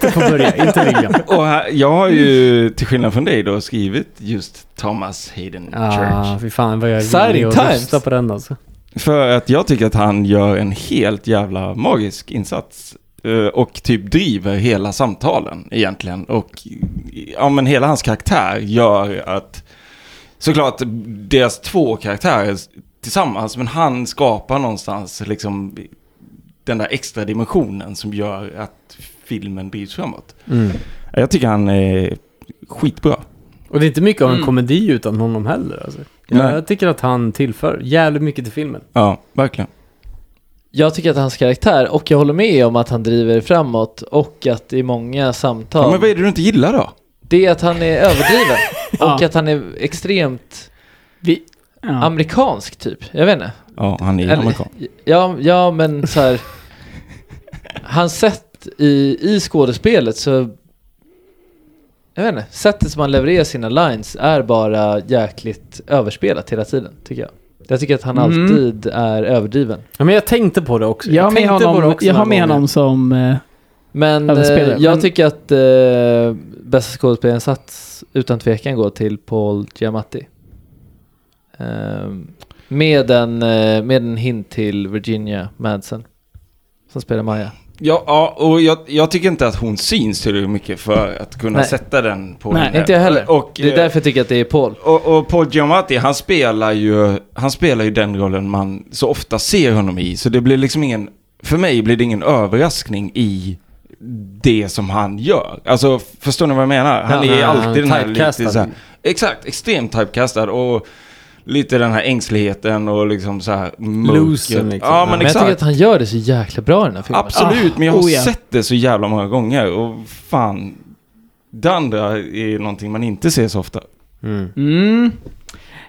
S1: Du får börja, inte William.
S5: Och här, jag har ju, till skillnad från dig då, skrivit just Thomas Hayden
S1: Ah,
S5: Church.
S1: fy fan vad jag är villig
S7: Exciting
S1: att
S7: times.
S1: rösta på den alltså.
S5: För att jag tycker att han gör en helt jävla magisk insats. eh, Och typ driver hela samtalen egentligen. Och ja, men hela hans karaktär gör att, såklart deras två karaktärer tillsammans, men han skapar någonstans liksom den där extra dimensionen som gör att filmen drivs framåt. Jag tycker han är skitbra.
S1: Och det är inte mycket av en komedi utan honom heller. Alltså.
S5: Mm. Nej.
S1: Jag tycker att han tillför jävligt mycket till filmen.
S5: Ja, verkligen.
S7: Jag tycker att hans karaktär, och jag håller med om att han driver framåt och att i många samtal,
S5: Ja, men vad är det du inte gillar då?
S7: det är att han är överdriven och
S4: Ja.
S7: att han är extremt
S4: Vi, ja.
S7: amerikansk typ. Jag vet inte.
S5: Ja, han är
S7: Eller-
S5: amerikan.
S7: Ja, ja men så här. Hans sätt i, i skådespelet så... Jag vet inte, sättet som han levererar sina lines är bara jäkligt överspelat hela tiden, tycker jag. Jag tycker att han
S4: Mm.
S7: alltid är överdriven.
S1: Ja, men jag tänkte på det också.
S4: Jag har med
S1: tänkte på det
S4: honom,
S1: också
S4: jag har
S1: några
S4: med
S1: gånger.
S4: honom som... Eh,
S7: Men eh,
S4: Överspelare,
S7: jag
S4: men-
S7: tycker att eh, bästa skådespelarinsats utan tvekan går till Paul Giamatti. Ehm, med, en, eh, med en hint till Virginia Madsen som spelar Maja.
S5: Ja, ja och jag, jag tycker inte att hon syns tillräckligt mycket för att kunna
S7: Nej.
S5: sätta den på
S4: Nej,
S5: henne.
S7: Inte jag heller.
S5: Och,
S7: det är
S5: eh,
S7: därför jag tycker att det är Paul.
S5: och, och Paul Giamatti, han spelar, ju, han spelar ju den rollen man så ofta ser honom i. Så det blir liksom ingen, för mig blir det ingen överraskning i det som han gör. Alltså, förstår ni vad jag menar?
S1: Ja,
S5: Han är
S1: nej, han är
S5: alltid den här lite
S1: typecastad.
S5: så här, Exakt, extremt typecastad och lite den här ängsligheten och liksom så här mörkret.
S1: Loosen, liksom.
S5: Ja, men
S7: Men jag
S5: exakt.
S7: tycker att han gör det så jäkla bra i den här filmen.
S5: Absolut, men jag har
S4: oh ja.
S5: sett det så jävla många gånger och fan. Det andra är någonting man inte ser så ofta.
S4: mm,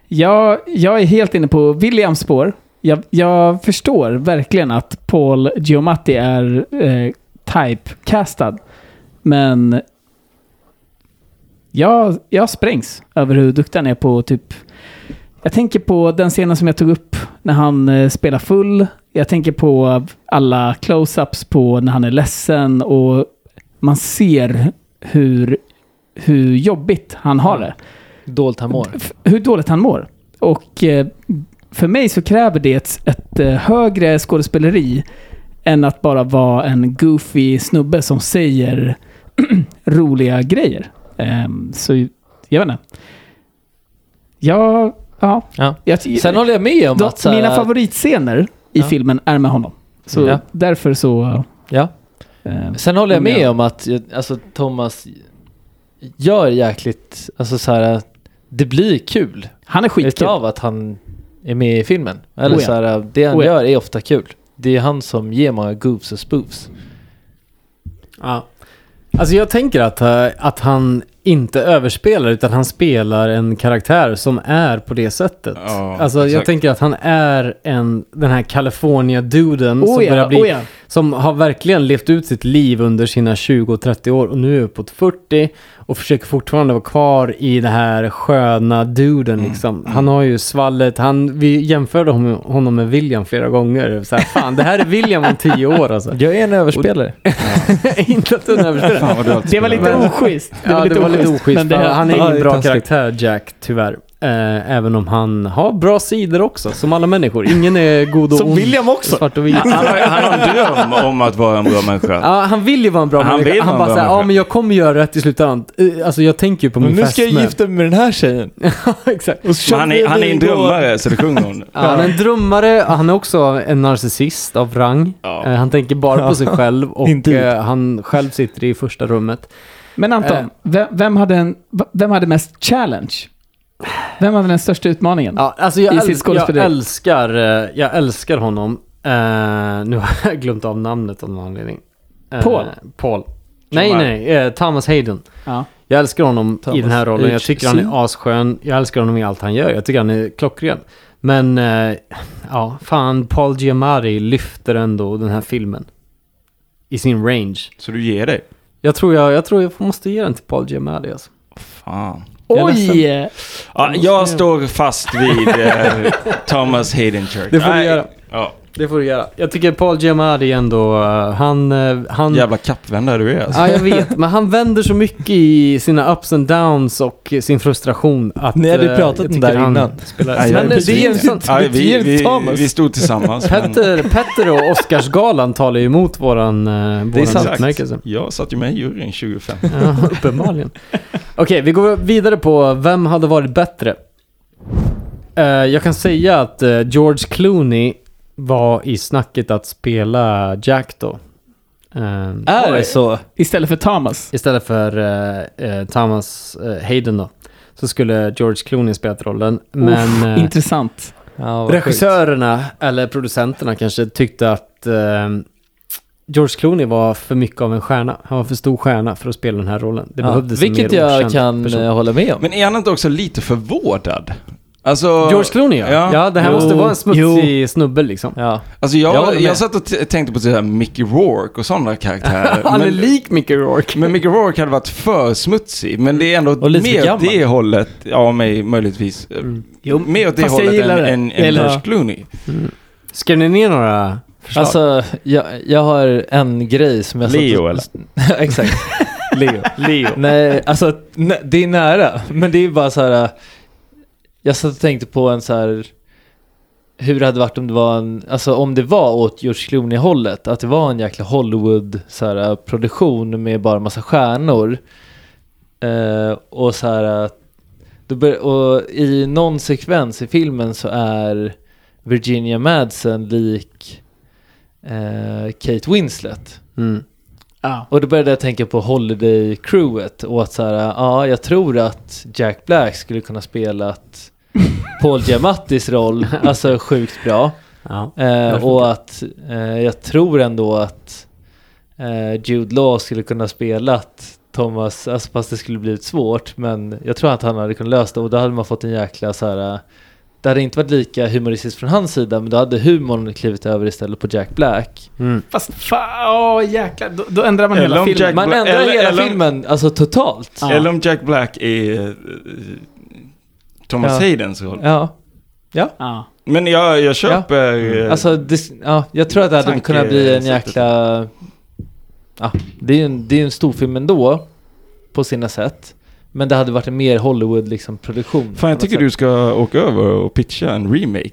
S4: jag, jag är helt inne på Williams spår. Jag, jag förstår verkligen att Paul Giamatti är eh, typecastad. Men jag, jag sprängs över hur duktig han är på typ... Jag tänker på den scenen som jag tog upp när han eh, spelar full. Jag tänker på alla close-ups på när han är ledsen och man ser hur, hur jobbigt han har det
S7: Dolt han
S6: Mm.
S7: mår.
S4: f- hur dåligt han mår. Och eh, för mig så kräver det ett, ett eh, högre skådespeleri än att bara vara en goofy snubbe som säger roliga grejer. Ehm, så jag vet inte. Ja, ja.
S7: Ja.
S4: Jag,
S7: Sen håller jag med om
S4: de,
S7: att... så här-
S4: mina favoritscener i
S7: Ja.
S4: filmen är med honom. Så
S7: Ja.
S4: därför så...
S7: Ja.
S4: eh,
S7: Sen håller jag
S6: Mm,
S4: Om jag-
S7: med om att jag- alltså, Thomas gör jäkligt, alltså så här, det blir kul
S4: han är skitkul.
S7: utav att han är med i filmen. Eller
S4: Oh ja.
S7: så här, det han
S4: Oh ja.
S7: gör är ofta kul. Det är han som ger många goofs och spoofs.
S1: Ja. Alltså jag tänker att, eh, att han inte överspelar utan han spelar en karaktär som är på det sättet.
S5: Ja,
S1: alltså jag
S5: exakt.
S1: tänker att han är en, den här California-duden
S4: Oh
S1: som,
S4: ja,
S1: börjar bli,
S4: oh ja.
S1: som har verkligen levt ut sitt liv under sina 20 och 30 år och nu är uppåt 40 och försöker fortfarande vara kvar i den här sköna duden liksom. Han har ju svallet, han, vi jämförde honom, honom med William flera gånger. Så här, fan, det här är William om 10 år alltså.
S7: Jag är en överspelare.
S1: inte att du överspelar.
S8: Fan vad du alltid
S4: Det var lite
S8: spelar.
S4: oschysst. Det
S1: Ja,
S4: var lite
S1: det var lite
S4: oschysst.
S1: oschysst.
S4: Men det,
S1: han är
S6: Ja, det
S1: ingen
S6: är
S1: bra
S6: taskigt.
S1: karaktär, Jack, tyvärr. Eh, även om han har bra sidor också, som alla människor. Ingen är god och
S6: Som
S1: ond.
S6: William också.
S1: Svart och vit.
S5: Han har, han har en dröm om att vara en bra människa.
S1: Ja, han vill ju vara en bra
S5: Han
S1: människa.
S5: vill
S1: han
S5: vara en
S1: bara
S5: bra
S1: såhär, ja
S5: människa.
S1: men jag kommer göra rätt i slutändan. Eh, Alltså jag tänker ju på
S6: Men
S1: min
S6: nu ska
S1: fästmö.
S6: jag gifta mig med den här tjejen.
S1: Exakt.
S6: Och så
S5: Men han, är, han är en
S6: kör vi då-
S5: drömmare, så det sjunger hon.
S1: Ja, Han är en drömmare, han är också en narcissist av rang.
S5: Ja.
S1: Eh, Han tänker bara på sig själv och
S6: Indeed.
S1: eh, han själv sitter i första rummet.
S4: Men
S1: Eh.
S4: Anton, vem, vem, hade en, vem hade mest challenge? Vem hade den största utmaningen?
S1: Ja, alltså jag,
S4: i sitt
S1: äls- jag
S4: skådespeleri.
S1: älskar, eh, jag älskar honom. Eh, nu har jag glömt av namnet av någon anledning. Eh,
S4: Paul?
S1: Paul. Nej,
S5: Schumacher.
S1: nej, eh, Thomas Hayden.
S4: Ja.
S1: Jag älskar honom i
S7: Thomas
S1: den här rollen. Jag
S7: H.
S1: tycker han
S7: C.
S1: är asskön. Jag älskar honom i allt han gör. Jag tycker han är klockren. Men, eh, ja, fan, Paul Giamatti lyfter ändå den här filmen. I sin range.
S5: Så du ger dig?
S1: Jag tror jag, jag, tror jag måste ge den till Paul Giamatti alltså.
S5: Fan.
S1: Jag är
S4: Oj!
S5: Ja, jag står fast vid eh, Thomas Hayden Church.
S1: Det får du
S5: Nej.
S1: göra.
S5: Ja,
S1: Det får du göra. Jag tycker Paul Giamatti ändå, eh, han... eh, han
S5: jävla kappvändare du är alltså.
S1: Ja, jag vet. Men han vänder så mycket i sina ups and downs och sin frustration att...
S6: Ni hade ju
S1: eh,
S6: pratat
S1: jag
S6: om
S1: tycker
S6: det där
S1: han
S6: innan.
S1: Spelar.
S5: Nej, jag
S1: men
S5: är
S1: det är en
S5: besviken.
S1: sån...
S5: Nej, vi,
S6: Betyg
S5: vi,
S6: Thomas.
S5: vi stod tillsammans. men-
S1: Petter, Petter och Oscarsgalan talar ju emot våran, eh, våran utmärkelse.
S5: Jag satt ju med i juryn 2005.
S1: Ja, uppenbarligen. Okej, vi går vidare på vem hade varit bättre? Eh, jag kan säga att eh, George Clooney var i snacket att spela Jack då. Eh,
S7: Är det så?
S4: Istället för Thomas.
S1: Istället för eh, eh, Thomas eh, Hayden då, så skulle George Clooney spelat rollen. Men eh,
S4: Intressant.
S7: Ja, vad
S1: regissörerna, eller producenterna kanske, tyckte att eh, George Clooney var för mycket av en stjärna. Han var för stor stjärna för att spela den här rollen. Det
S7: sjukt. ja.
S1: behövdes en
S7: Vilket
S1: mer
S7: jag
S1: okänd
S7: kan
S1: person.
S7: eh, hålla med om.
S5: Men är han inte också lite förvårdad? Alltså,
S1: George Clooney ja. ja.
S5: Ja.
S1: det här
S7: Jo.
S1: måste vara en smutsig snubbe liksom.
S7: ja.
S5: alltså
S7: Jag
S5: jag,
S7: håller
S5: jag,
S7: med.
S5: satt och t- tänkte på så här Mickey Rourke och sådana karaktärer.
S1: Han är
S5: men-
S1: lik Mickey Rourke.
S5: Men Mickey Rourke hade varit för smutsig, men det är ändå
S7: Och lite för
S5: mer åt
S7: gammal.
S5: det hållet, ja mig möjligtvis, mer åt det
S4: Mm. fast jag
S5: hållet
S4: gillar
S5: än,
S4: det.
S5: än,
S4: Jag
S5: än
S4: gillar
S5: George
S4: det.
S5: Clooney.
S1: Skrev ni ner några förslag?
S7: Alltså, jag, jag har en grej som jag... satt
S5: Leo,
S7: och-
S5: eller?
S7: Exakt. Leo.
S1: Leo.
S7: Nej, alltså nä- det är nära. Men det är bara så här. äh, Jag satt och tänkte på en så här. Hur det hade varit om det var en, alltså om det var åt George Clooney-hållet. Att det var en jäkla Hollywood så här, äh, produktion med bara massa stjärnor. Eh, och så här. äh, Då bör, och i någon sekvens i filmen så är Virginia Madsen lik eh, Kate Winslet.
S1: Mm.
S4: Ja.
S7: Och då började jag tänka på Holiday Crewet och att så här, ja, jag tror att Jack Black skulle kunna spela att Paul Giamattis roll, alltså sjukt bra.
S1: Ja.
S7: Eh, och att eh, jag tror ändå att eh, Jude Law skulle kunna spela att Thomas, alltså fast det skulle blivit svårt, men jag tror att han hade kunnat lösa det och då hade man fått en jäkla så här. eh, Det hade inte varit lika humoristiskt från hans sida, men då hade humorn klivit över istället på Jack Black.
S1: Mm.
S4: Fast fan, åh jäklar. Då, då ändrar man
S5: Eller
S4: hela
S5: om
S4: filmen.
S5: Jack-
S7: Man ändrar
S5: eller-
S7: hela
S5: eller-
S7: filmen, alltså totalt.
S4: Ja.
S5: Eller om Jack Black är eh, Thomas
S7: Ja.
S5: Haydens roll.
S7: Ja.
S4: Ja. Mm.
S5: Men jag, jag köper... eh,
S7: Alltså, det, ja, jag tror att det hade
S5: Tanke-
S7: kunnat bli en
S5: sättet.
S7: jäkla... Ja, det är ju en, det är ju en stor film ändå, på sina sätt. Men det hade varit en mer liksom, Hollywood-produktion.
S5: Fan, jag
S4: Alltså-
S5: tycker du ska åka över och pitcha en remake.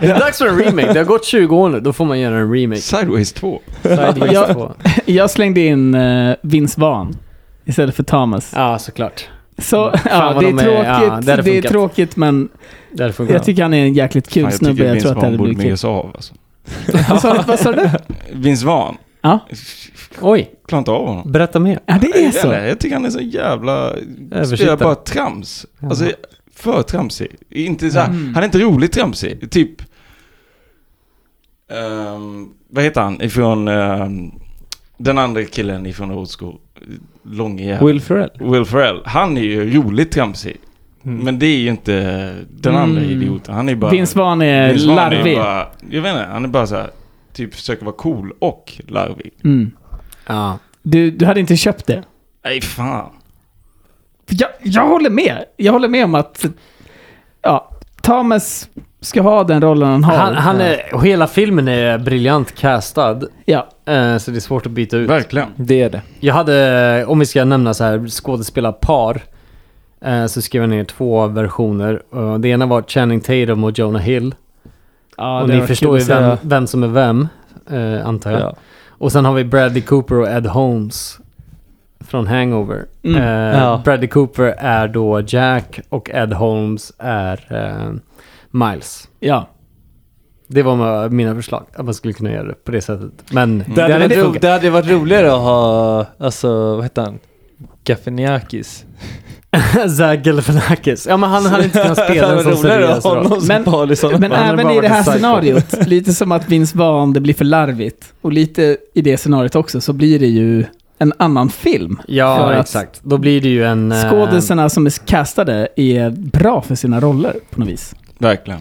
S1: Det är dags för en remake, det har gått 20 år nu, då får man göra en remake.
S5: Sideways 2.
S1: Sideways
S4: Ja.
S1: 2.
S4: Jag slängde in eh, Vince Vaughn istället för Thomas.
S1: Ja, såklart.
S4: Så
S1: Fan
S4: ja,
S1: vad
S4: det är
S1: de är- ja,
S4: tråkigt,
S1: det hade
S4: det är
S1: funkat.
S4: tråkigt men
S1: Där funkar
S4: jag tycker han är en jäkligt kul
S5: Fan, jag
S4: snubbe.
S5: tycker
S4: Jag tror
S5: Vince
S4: att det hade
S5: Vaughn borde
S4: blivit
S5: med
S4: kul.
S5: oss av. Alltså.
S4: Vad sa du- Vad sa du?
S5: Vince Vaughn,
S4: Ja,
S1: Oj,
S5: klarar inte av honom.
S1: berätta mer.
S4: ja, det är så.
S5: Jävlar, jag tycker han är så jävla... Spelar
S1: Översittare.
S5: bara trams. Alltså,
S1: Jaha.
S5: för tramsig. Inte så här,
S4: Mm.
S5: Han är inte roligt tramsig. Typ... ehm, vad heter han ifrån... ehm, den andra killen ifrån Old School. Långe jävla.
S7: Will Ferrell.
S5: Will Ferrell, han är ju roligt tramsig. Men det är ju inte den andra
S4: Mm.
S5: idioten. Han är bara...
S4: Vince Vaughn är
S5: Vince Vaughn är
S4: larvig.
S5: bara- Jag vet inte, han är bara så här, typ försöker vara cool och larvig.
S4: Mm.
S1: Ja.
S4: Du, du hade inte köpt det?
S5: Nej fan.
S4: Jag, jag håller med. Jag håller med om att ja, Thomas ska ha den rollen han har.
S1: Han, han är, och hela filmen är briljant castad,
S4: Ja,
S1: eh, så det är svårt att byta ut.
S5: Verkligen.
S7: Det är det.
S1: Jag hade, om vi ska nämna så här, skådespelarpar. eh, Så skrev jag ner två versioner. Eh, Det ena var Channing Tatum och Jonah Hill.
S4: ja
S1: och
S4: det
S1: ni
S4: var
S1: förstår
S4: kul
S1: ju
S4: att säga.
S1: vem, vem som är vem, eh, antar jag.
S6: Ja.
S1: Och sen har vi Bradley Cooper och Ed Holmes från Hangover.
S4: Mm,
S1: Eh,
S7: ja.
S1: Bradley Cooper är då Jack och Ed Holmes är eh, Miles.
S4: Ja.
S1: Det var ma- mina förslag, att man skulle kunna göra det på det sättet. Men
S7: Det hade,
S1: inte
S7: varit ro-
S1: funkat.
S7: det hade varit roligare att ha, alltså vad hette han? Gaffiniakis.
S1: Zach Galifianakis. Ja men han hade inte kunnat spela en sån seriös roll.
S4: Men-
S7: Men,
S4: Men
S1: hade
S4: även
S1: bara
S4: i
S1: varit
S4: det här
S1: en psycho.
S4: scenariot, lite som att Vince Vaughn, det blir för larvigt. Och lite i det scenariot också, så blir det ju en annan film. För
S1: Ja
S4: att-
S1: exakt. Då blir det ju en... eh,
S4: Skådisarna som är castade är bra för sina roller på något vis.
S5: Verkligen.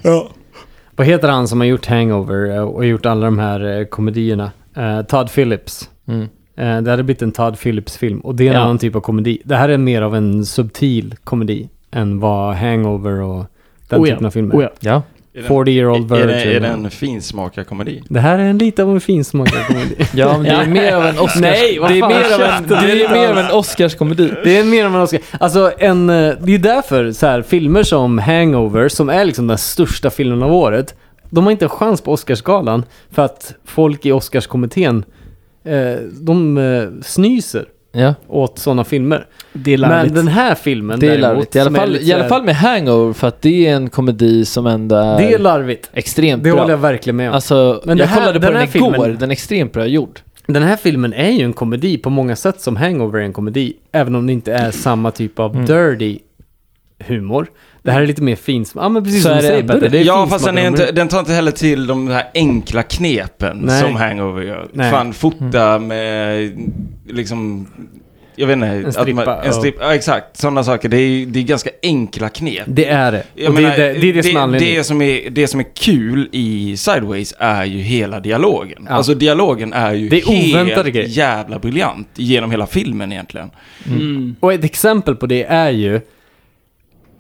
S1: Vad heter han som har gjort Hangover eh, och gjort alla de här eh, komedierna? Eh, Todd Phillips.
S7: mm.
S1: Eh, Det hade blivit en Todd Phillips-film och det är en
S7: Ja.
S1: annan typ av komedi. Det här är mer av en subtil komedi än vad Hangover och den
S4: Oh ja,
S1: typen av filmer
S4: Oh ja.
S7: Ja.
S5: Är den-
S1: 40 year old
S5: Är
S1: virgin.
S5: det, är det en finsmakarkomedi?
S1: Det här är en lite av en finsmakad komedi.
S7: ja, men det är mer av en Oscars...
S1: Nej, vad
S7: det är
S1: fan,
S7: mer av en,
S1: käften,
S7: det
S1: det är
S7: är
S1: inte
S7: mer av
S1: alls-
S7: en Oscarskomedi.
S1: Det är mer av en Oscar. Alltså en, eh, det är därför så här, filmer som Hangover, som är liksom den största filmen av året, de har inte en chans på Oscarsgalan för att folk i Oscarskommittén, eh, de eh, snyser
S7: Ja,
S1: åt sådana filmer.
S4: Det är
S1: Men
S4: larvigt.
S1: den här filmen
S7: det är
S1: däremot,
S7: larvigt. I alla,
S1: som är
S7: fall,
S1: lite
S7: I
S1: så
S7: alla
S1: här-
S7: fall med Hangover för att det är en komedi som ändå är,
S1: Det är larvigt.
S7: extremt
S1: Det
S7: bra.
S1: håller jag verkligen med om.
S7: Alltså,
S1: Men det
S7: jag
S1: här-
S7: kollade på
S1: den
S7: den,
S1: här
S7: igår,
S1: filmen-
S7: den är extremt bra gjord.
S1: Den här filmen är ju en komedi på många sätt som Hangover är en komedi. Även om det inte är samma typ av
S7: Mm.
S1: dirty humor. Det här är lite mer finsm... Ja men precis
S7: Så
S1: som
S7: är
S1: du
S7: det
S1: säger
S7: ändå
S1: Petter.
S7: det.
S1: Det är
S5: ja, fast den, är
S1: finsmakad
S5: inte,
S1: humor.
S5: den tar inte heller till de här enkla knepen
S1: Nej.
S5: som Hangover gör.
S1: Nej. Mm.
S5: Fan, fota med liksom... Jag vet inte. att man-
S1: strippa,
S5: en strip, ja. exakt. Sådana saker. Det är, det är ganska enkla knep.
S1: Det är det.
S5: Jag
S1: Och det,
S5: menar,
S1: är det, det är det som är
S5: det,
S1: anledningen.
S5: som är, det som är kul i Sideways är ju hela dialogen.
S1: Ja.
S5: Alltså dialogen är ju
S1: Det är oväntade
S5: helt
S1: grejer.
S5: jävla briljant genom hela filmen egentligen.
S4: Mm.
S1: Och ett exempel på det är ju...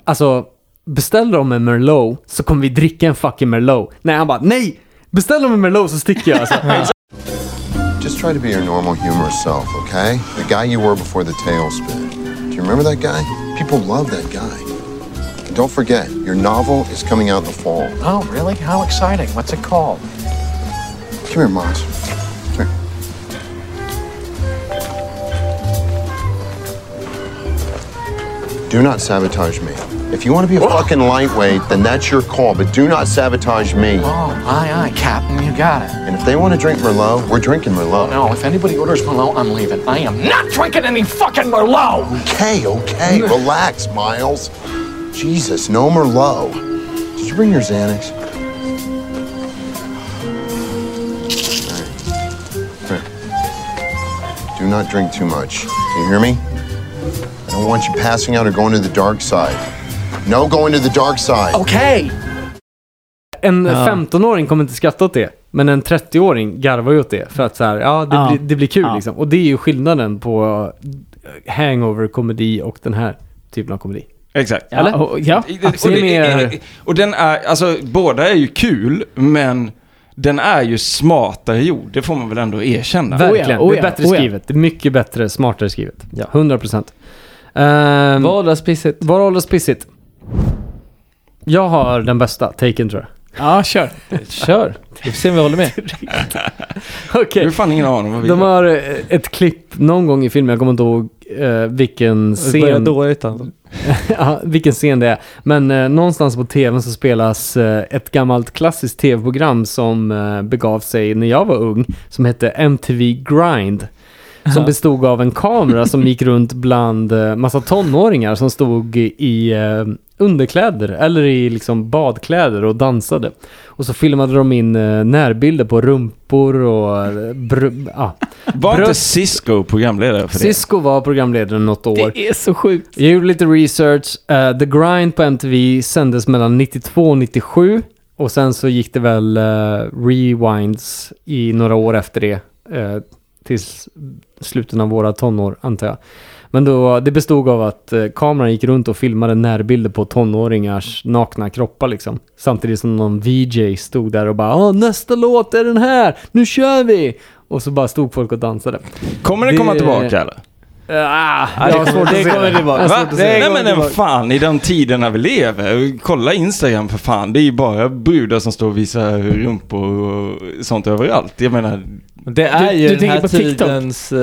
S1: Alltså, beställer de en Merlot så kommer vi dricka en fucking Merlot. Nej, han bara nej! Beställer de en Merlot så sticker jag alltså.
S3: Just try to be your normal, humorous self, okay? The guy you were before the tailspin. Do you remember that guy? People love that guy. And don't forget, your novel is coming out in the fall.
S2: Oh, really? How exciting. What's it called?
S3: Come here, Mons. Come here. Do not sabotage me. If you want to be a fucking lightweight, then that's your call, but do not sabotage me.
S2: Oh, aye, aye, Captain. You got it.
S3: And if they want to drink Merlot, we're drinking Merlot.
S2: No, if anybody orders Merlot, I'm leaving. I am not drinking any fucking Merlot!
S3: Okay, okay, relax, Miles. Jesus, no Merlot. Did you bring your Xanax? All right. Here. Do not drink too much. Do you hear me? I don't want you passing out or going to the dark side. No going to the dark side.
S2: Okay!
S1: En 15-åring kommer inte skratta åt det. Men en 30-åring garvar ju åt det. För att så här, ja det,
S4: Ja.
S1: Blir, det blir kul
S4: Ja.
S1: liksom. Och det är ju skillnaden på eh, hangover-komedi och den här typen av komedi.
S5: Exakt.
S4: Ja, och, ja,
S5: I- Och,
S1: absolut.
S5: det
S1: Mer-
S5: är, och den är, alltså båda är ju kul, men den är ju smartare gjord. Det får man väl ändå erkänna.
S1: Verkligen.
S4: oh
S1: det
S4: ja,
S1: är bättre
S4: oh ja.
S1: skrivet. Det är mycket bättre, smartare skrivet. Ja. 100%. Ehm,
S7: Vad åldras pissigt?
S1: Var åldras pissigt? Jag har den bästa, Taken tror jag.
S4: Ja, kör.
S7: Kör! Vi får se om vi håller med.
S5: Jag
S1: Okej.
S5: har fan ingen aning vad vi
S1: De har eh, ett klipp någon gång i filmen, jag kommer inte ihåg eh, vilken
S6: Det börjar
S1: scen,
S6: dåligt Anton.
S1: ja, vilken scen det är. Men eh, någonstans på tvn så spelas eh, ett gammalt klassiskt tv-program som eh, begav sig när jag var ung, som hette MTV Grind. Som
S4: Ja.
S1: bestod av en kamera som gick runt bland eh, massa tonåringar som stod i- i eh, underkläder eller i liksom badkläder och dansade. Och så filmade de in eh, närbilder på rumpor och... eh, Br- ah,
S5: Var inte
S1: Bröst-
S5: Cisco programledare för det?
S1: Cisco var programledare något år.
S4: Det är så sjukt.
S1: Jag gjorde lite research. Eh, The Grind på MTV sändes mellan 92 och 97. Och sen så gick det väl eh, rewinds i några år efter det. eh, tills sluten av våra tonår, antar jag. Men då, det bestod av att eh, kameran gick runt och filmade närbilder på tonåringars nakna kroppar liksom. Samtidigt som någon VJ stod där och bara Åh, nästa låt är den här! Nu kör vi! Och så bara stod folk och dansade.
S5: Kommer den komma
S1: Det-
S5: tillbaka eller?
S1: Ah, jag har svårt att se det. Jag har
S5: Va?
S1: svårt att se det.
S5: Nej men den fan, i de tiderna vi lever. Kolla Instagram för fan. Det är ju bara brudar som står och visar rumpor och sånt överallt. Jag menar,
S7: Det är
S4: Du-
S7: ju
S4: du
S7: den
S4: tänker
S7: här
S4: på TikTok?
S7: tidens eh,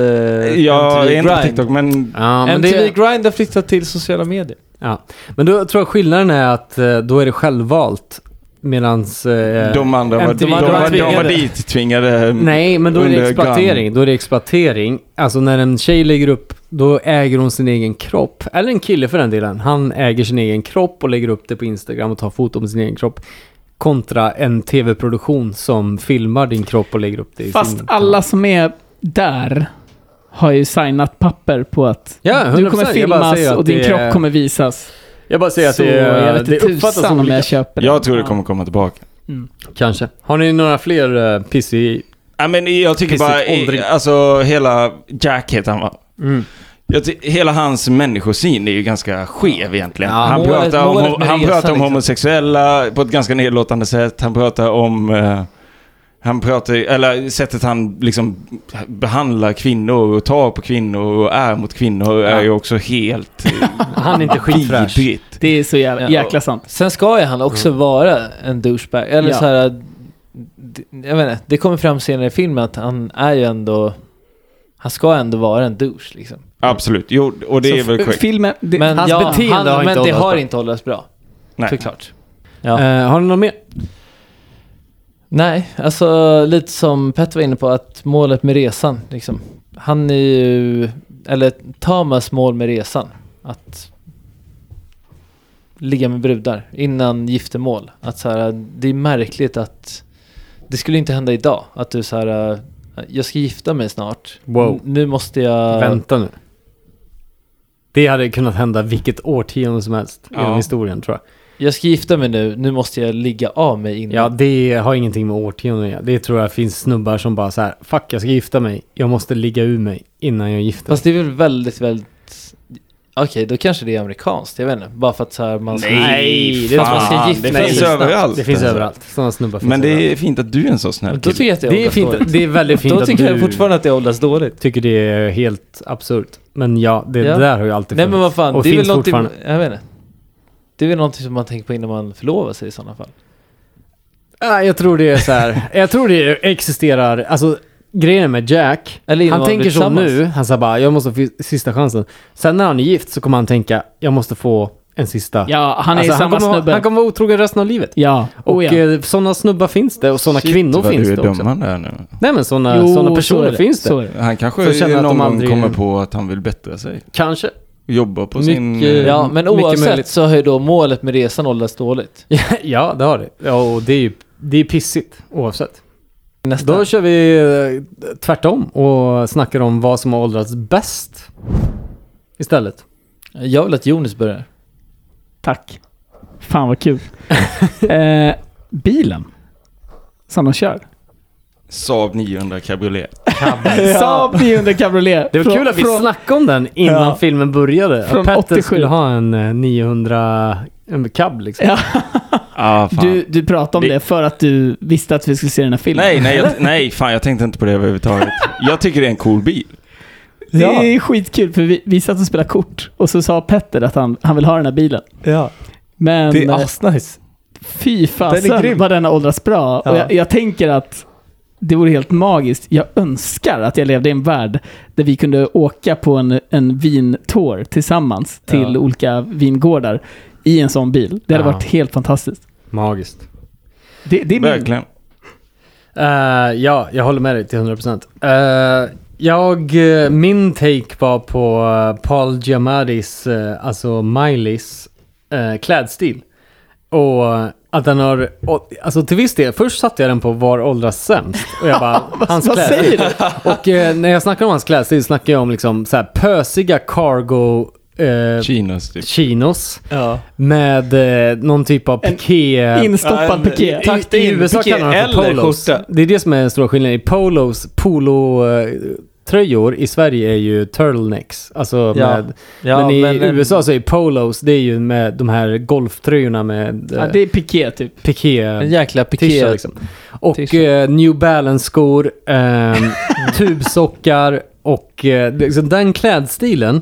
S5: jag
S7: MTV
S5: är inte på
S7: Grind.
S5: TikTok men...
S1: Ja, men
S7: MTV
S1: det-
S7: Grind har flyttat till sociala medier.
S1: Ja, men då tror jag skillnaden är att eh, då är det självvalt. Medans... Eh,
S5: De andra var,
S1: MTV
S5: de, de, var, de var
S1: tvingade.
S5: dit tvingade.
S1: nej, men då är det
S5: under
S1: exploatering. Då är det exploatering. Alltså när en tjej lägger upp, då äger hon sin egen kropp. Eller en kille för den delen. Han äger sin egen kropp och lägger upp det på Instagram och tar foto med sin egen kropp. Kontra en tv-produktion som filmar din kropp och lägger upp det i
S4: Fast
S1: sin...
S4: alla som är där har ju signat papper på att
S1: Ja, 100%.
S4: du kommer
S1: Jag bara säger
S4: filmas
S1: att
S4: och din
S1: det är-
S4: kropp kommer visas.
S1: Jag bara säger att
S4: så
S1: det,
S4: jag
S1: är-
S4: vet
S1: det
S4: inte
S1: uppfattas
S4: tusan
S1: som
S4: om
S1: olika.
S4: jag köper
S5: Jag
S4: den.
S5: tror det
S4: Ja.
S5: kommer komma tillbaka.
S1: Kanske. Har ni några fler eh, pissig...
S5: Ja, men jag tycker
S1: Pissigt,
S5: bara,
S1: åldring.
S5: eh, alltså hela Jack heter han va? Jag ty- hela hans människosyn är ju ganska skev egentligen.
S1: Ja,
S5: han
S7: målet-
S5: pratar, om,
S7: målet med
S5: han
S7: resan,
S5: pratar om
S7: liksom.
S5: homosexuella på ett ganska nedlåtande sätt. Han pratar om... eh, han pratar, eller sättet han liksom behandlar kvinnor och tar på kvinnor och är mot kvinnor är ju också helt eh,
S1: Han är inte skitfräsch.
S5: vidrigt.
S4: Det är så jävla,
S7: Ja.
S4: jäkla sant.
S7: Sen ska ju han
S1: Mm.
S7: också vara en douchebag. Eller
S4: Ja.
S7: så här, d- jag vet inte, det kommer fram senare i filmen att han är ju ändå, han ska ändå vara en douche liksom.
S5: Absolut, jo, och det är väl
S4: f-
S5: korrekt.
S4: filmen, det,
S7: Men
S1: Hans beteende har inte
S7: Men det
S1: åldrats
S7: har
S1: bra.
S7: inte åldrats bra,
S5: Nej.
S7: såklart.
S1: Eh, har ni något mer?
S7: Nej, alltså lite som Petter var inne på, att målet med resan liksom. Han är ju, eller Tamas mål med resan, att ligga med brudar innan giftermål. Att så här, det är märkligt att, det skulle inte hända idag, att du så här, äh, jag ska gifta mig snart.
S1: Wow.
S7: N- Nu måste jag...
S1: Vänta nu. Det hade kunnat hända vilket årtionde som helst genom
S5: Ja.
S1: historien tror jag.
S7: Jag ska gifta mig nu, nu måste jag ligga av mig innan.
S1: Ja, det har ingenting med årtionden att göra. Det tror jag finns snubbar som bara så här, fuck jag ska gifta mig, jag måste ligga ur mig innan jag gifter mig.
S7: Fast det är väl väldigt, väldigt... Okej, då kanske det är amerikanskt, jag vet inte. Bara för att så här, man ska...
S1: Nej, det
S7: att man ska
S5: fan,
S7: gifta
S5: det
S7: sig
S5: finns
S7: snabbt.
S5: överallt.
S1: Det finns överallt, sådana snubbar finns
S5: Men det är
S1: överallt.
S5: fint att du är en så snäll
S7: Men Då tycker
S5: kille.
S7: jag att det,
S1: det är fint, det är väldigt fint
S7: Då
S1: att
S7: tycker
S1: du
S7: jag fortfarande att det åldras dåligt.
S1: tycker det är helt absurt. Men ja, det
S7: Ja.
S1: där har ju alltid
S7: Nej men vad fan,
S1: och
S7: det är väl
S1: finns
S7: någonting...
S1: fortfarande.
S7: Jag vet inte. Det är väl någonting som man tänker på innan man förlovar sig i sådana fall.
S1: Nej, jag tror det är så här. jag tror det existerar, alltså grejen med Jack,
S7: Eller innan
S1: Han
S7: man blir
S1: tänker så
S7: tillsammans.
S1: nu, han säger bara jag måste få sista chansen. Sen när han är gift så kommer han tänka jag måste få en sista.
S4: Ja, han är
S1: Alltså,
S4: samma
S1: kommer,
S4: snubbe.
S1: Han kommer vara otrogen resten av livet.
S4: ja,
S1: Och eh,
S4: oh, ja.
S1: sådana snubbar finns det och sådana
S5: Shit,
S1: kvinnor
S5: vad
S1: finns
S5: du
S1: det
S5: är
S1: också.
S5: dömande här nu.
S1: Nej men sådana,
S4: Jo,
S1: sådana
S4: så
S1: personer
S4: är
S1: finns det.
S4: Så är det.
S5: Han
S1: Så
S5: kanske
S1: känner jag att
S5: någon
S1: de
S5: gång
S1: aldrig-
S5: kommer på att han vill bättra sig.
S1: Kanske.
S5: Jobba på sin...
S1: Mycket-
S5: eh,
S7: Ja, men
S1: Mycket
S7: oavsett
S1: möjligt.
S7: så har ju då målet med resan åldrats dåligt.
S1: ja, det har det. Ja, och det är ju det är pissigt oavsett.
S7: Nästa.
S1: Då kör vi eh, tvärtom och snackar om vad som har åldrats bäst. Istället.
S7: Jag vill att Jonas börjar.
S4: Tack. Fan vad kul. eh, bilen som de kör.
S5: Saab 900 cabriolet.
S4: Saab 900 cabriolet.
S1: Det var
S4: Från-
S1: kul att vi
S4: från-
S1: snackade om den innan
S4: Ja.
S1: filmen började.
S4: Från
S1: att Petter
S4: 87.
S1: skulle ha en eh, 900 en cab liksom.
S4: Ja,
S5: Ah, fan.
S4: du, du pratade om
S5: Det-
S4: det för att du visste att vi skulle se den här filmen.
S5: Nej, nej, jag, nej, fan jag tänkte inte på det överhuvudtaget. jag tycker det är en cool bil.
S4: Det
S6: Ja.
S4: är skitkul för vi, vi satt och spelade kort och så sa Petter att han, han vill ha den här bilen.
S6: Ja,
S4: Men
S6: det är
S4: eh,
S6: asnice.
S4: fy fasen
S6: grym.
S4: vad den har åldrats bra.
S6: Ja.
S4: Och jag, jag tänker att det vore helt magiskt. Jag önskar att jag levde i en värld där vi kunde åka på en, en vintour tillsammans till
S6: Ja.
S4: olika vingårdar i en sån bil. Det hade
S1: Ja.
S4: varit helt fantastiskt.
S1: Magiskt.
S4: Det, det är min
S5: Verkligen.
S1: Eh, ja, jag håller med dig till 100%. Eh, jag, eh, min take var på eh, Paul Giamattis, eh, alltså Mileys, eh, klädstil. Och att den har, och, alltså till viss del, först satte jag den på var åldras sämst. Och jag bara, hans
S4: vad
S1: klädstil.
S4: säger du?
S1: Och eh, när jag snackar om hans klädstil snackar jag om liksom så här pösiga cargo eh,
S5: Chinos typ.
S1: chinos.
S6: Ja.
S1: Med eh, någon typ av piké.
S6: Ja,
S4: Instoppad
S6: en-
S4: piké.
S6: tack.
S1: I
S6: in
S1: USA
S6: piké
S1: kallar man det för
S6: eller
S1: polos.
S6: skjorta.
S1: Det är det som är den stora skillnaden. I polos, polotröjor i Sverige är ju turtlenecks. Alltså
S6: Ja.
S1: med,
S6: Ja,
S1: men i
S6: men, eh,
S1: USA så är polos, det är ju med de här golftröjorna med eh,
S4: Ja,
S1: ja,
S4: det är piké typ.
S1: piké.
S7: En jäkla piké.
S1: Tisha, liksom. Och
S7: Tisha.
S1: eh, New Balance-skor, ehm, tubsockar och eh, liksom den klädstilen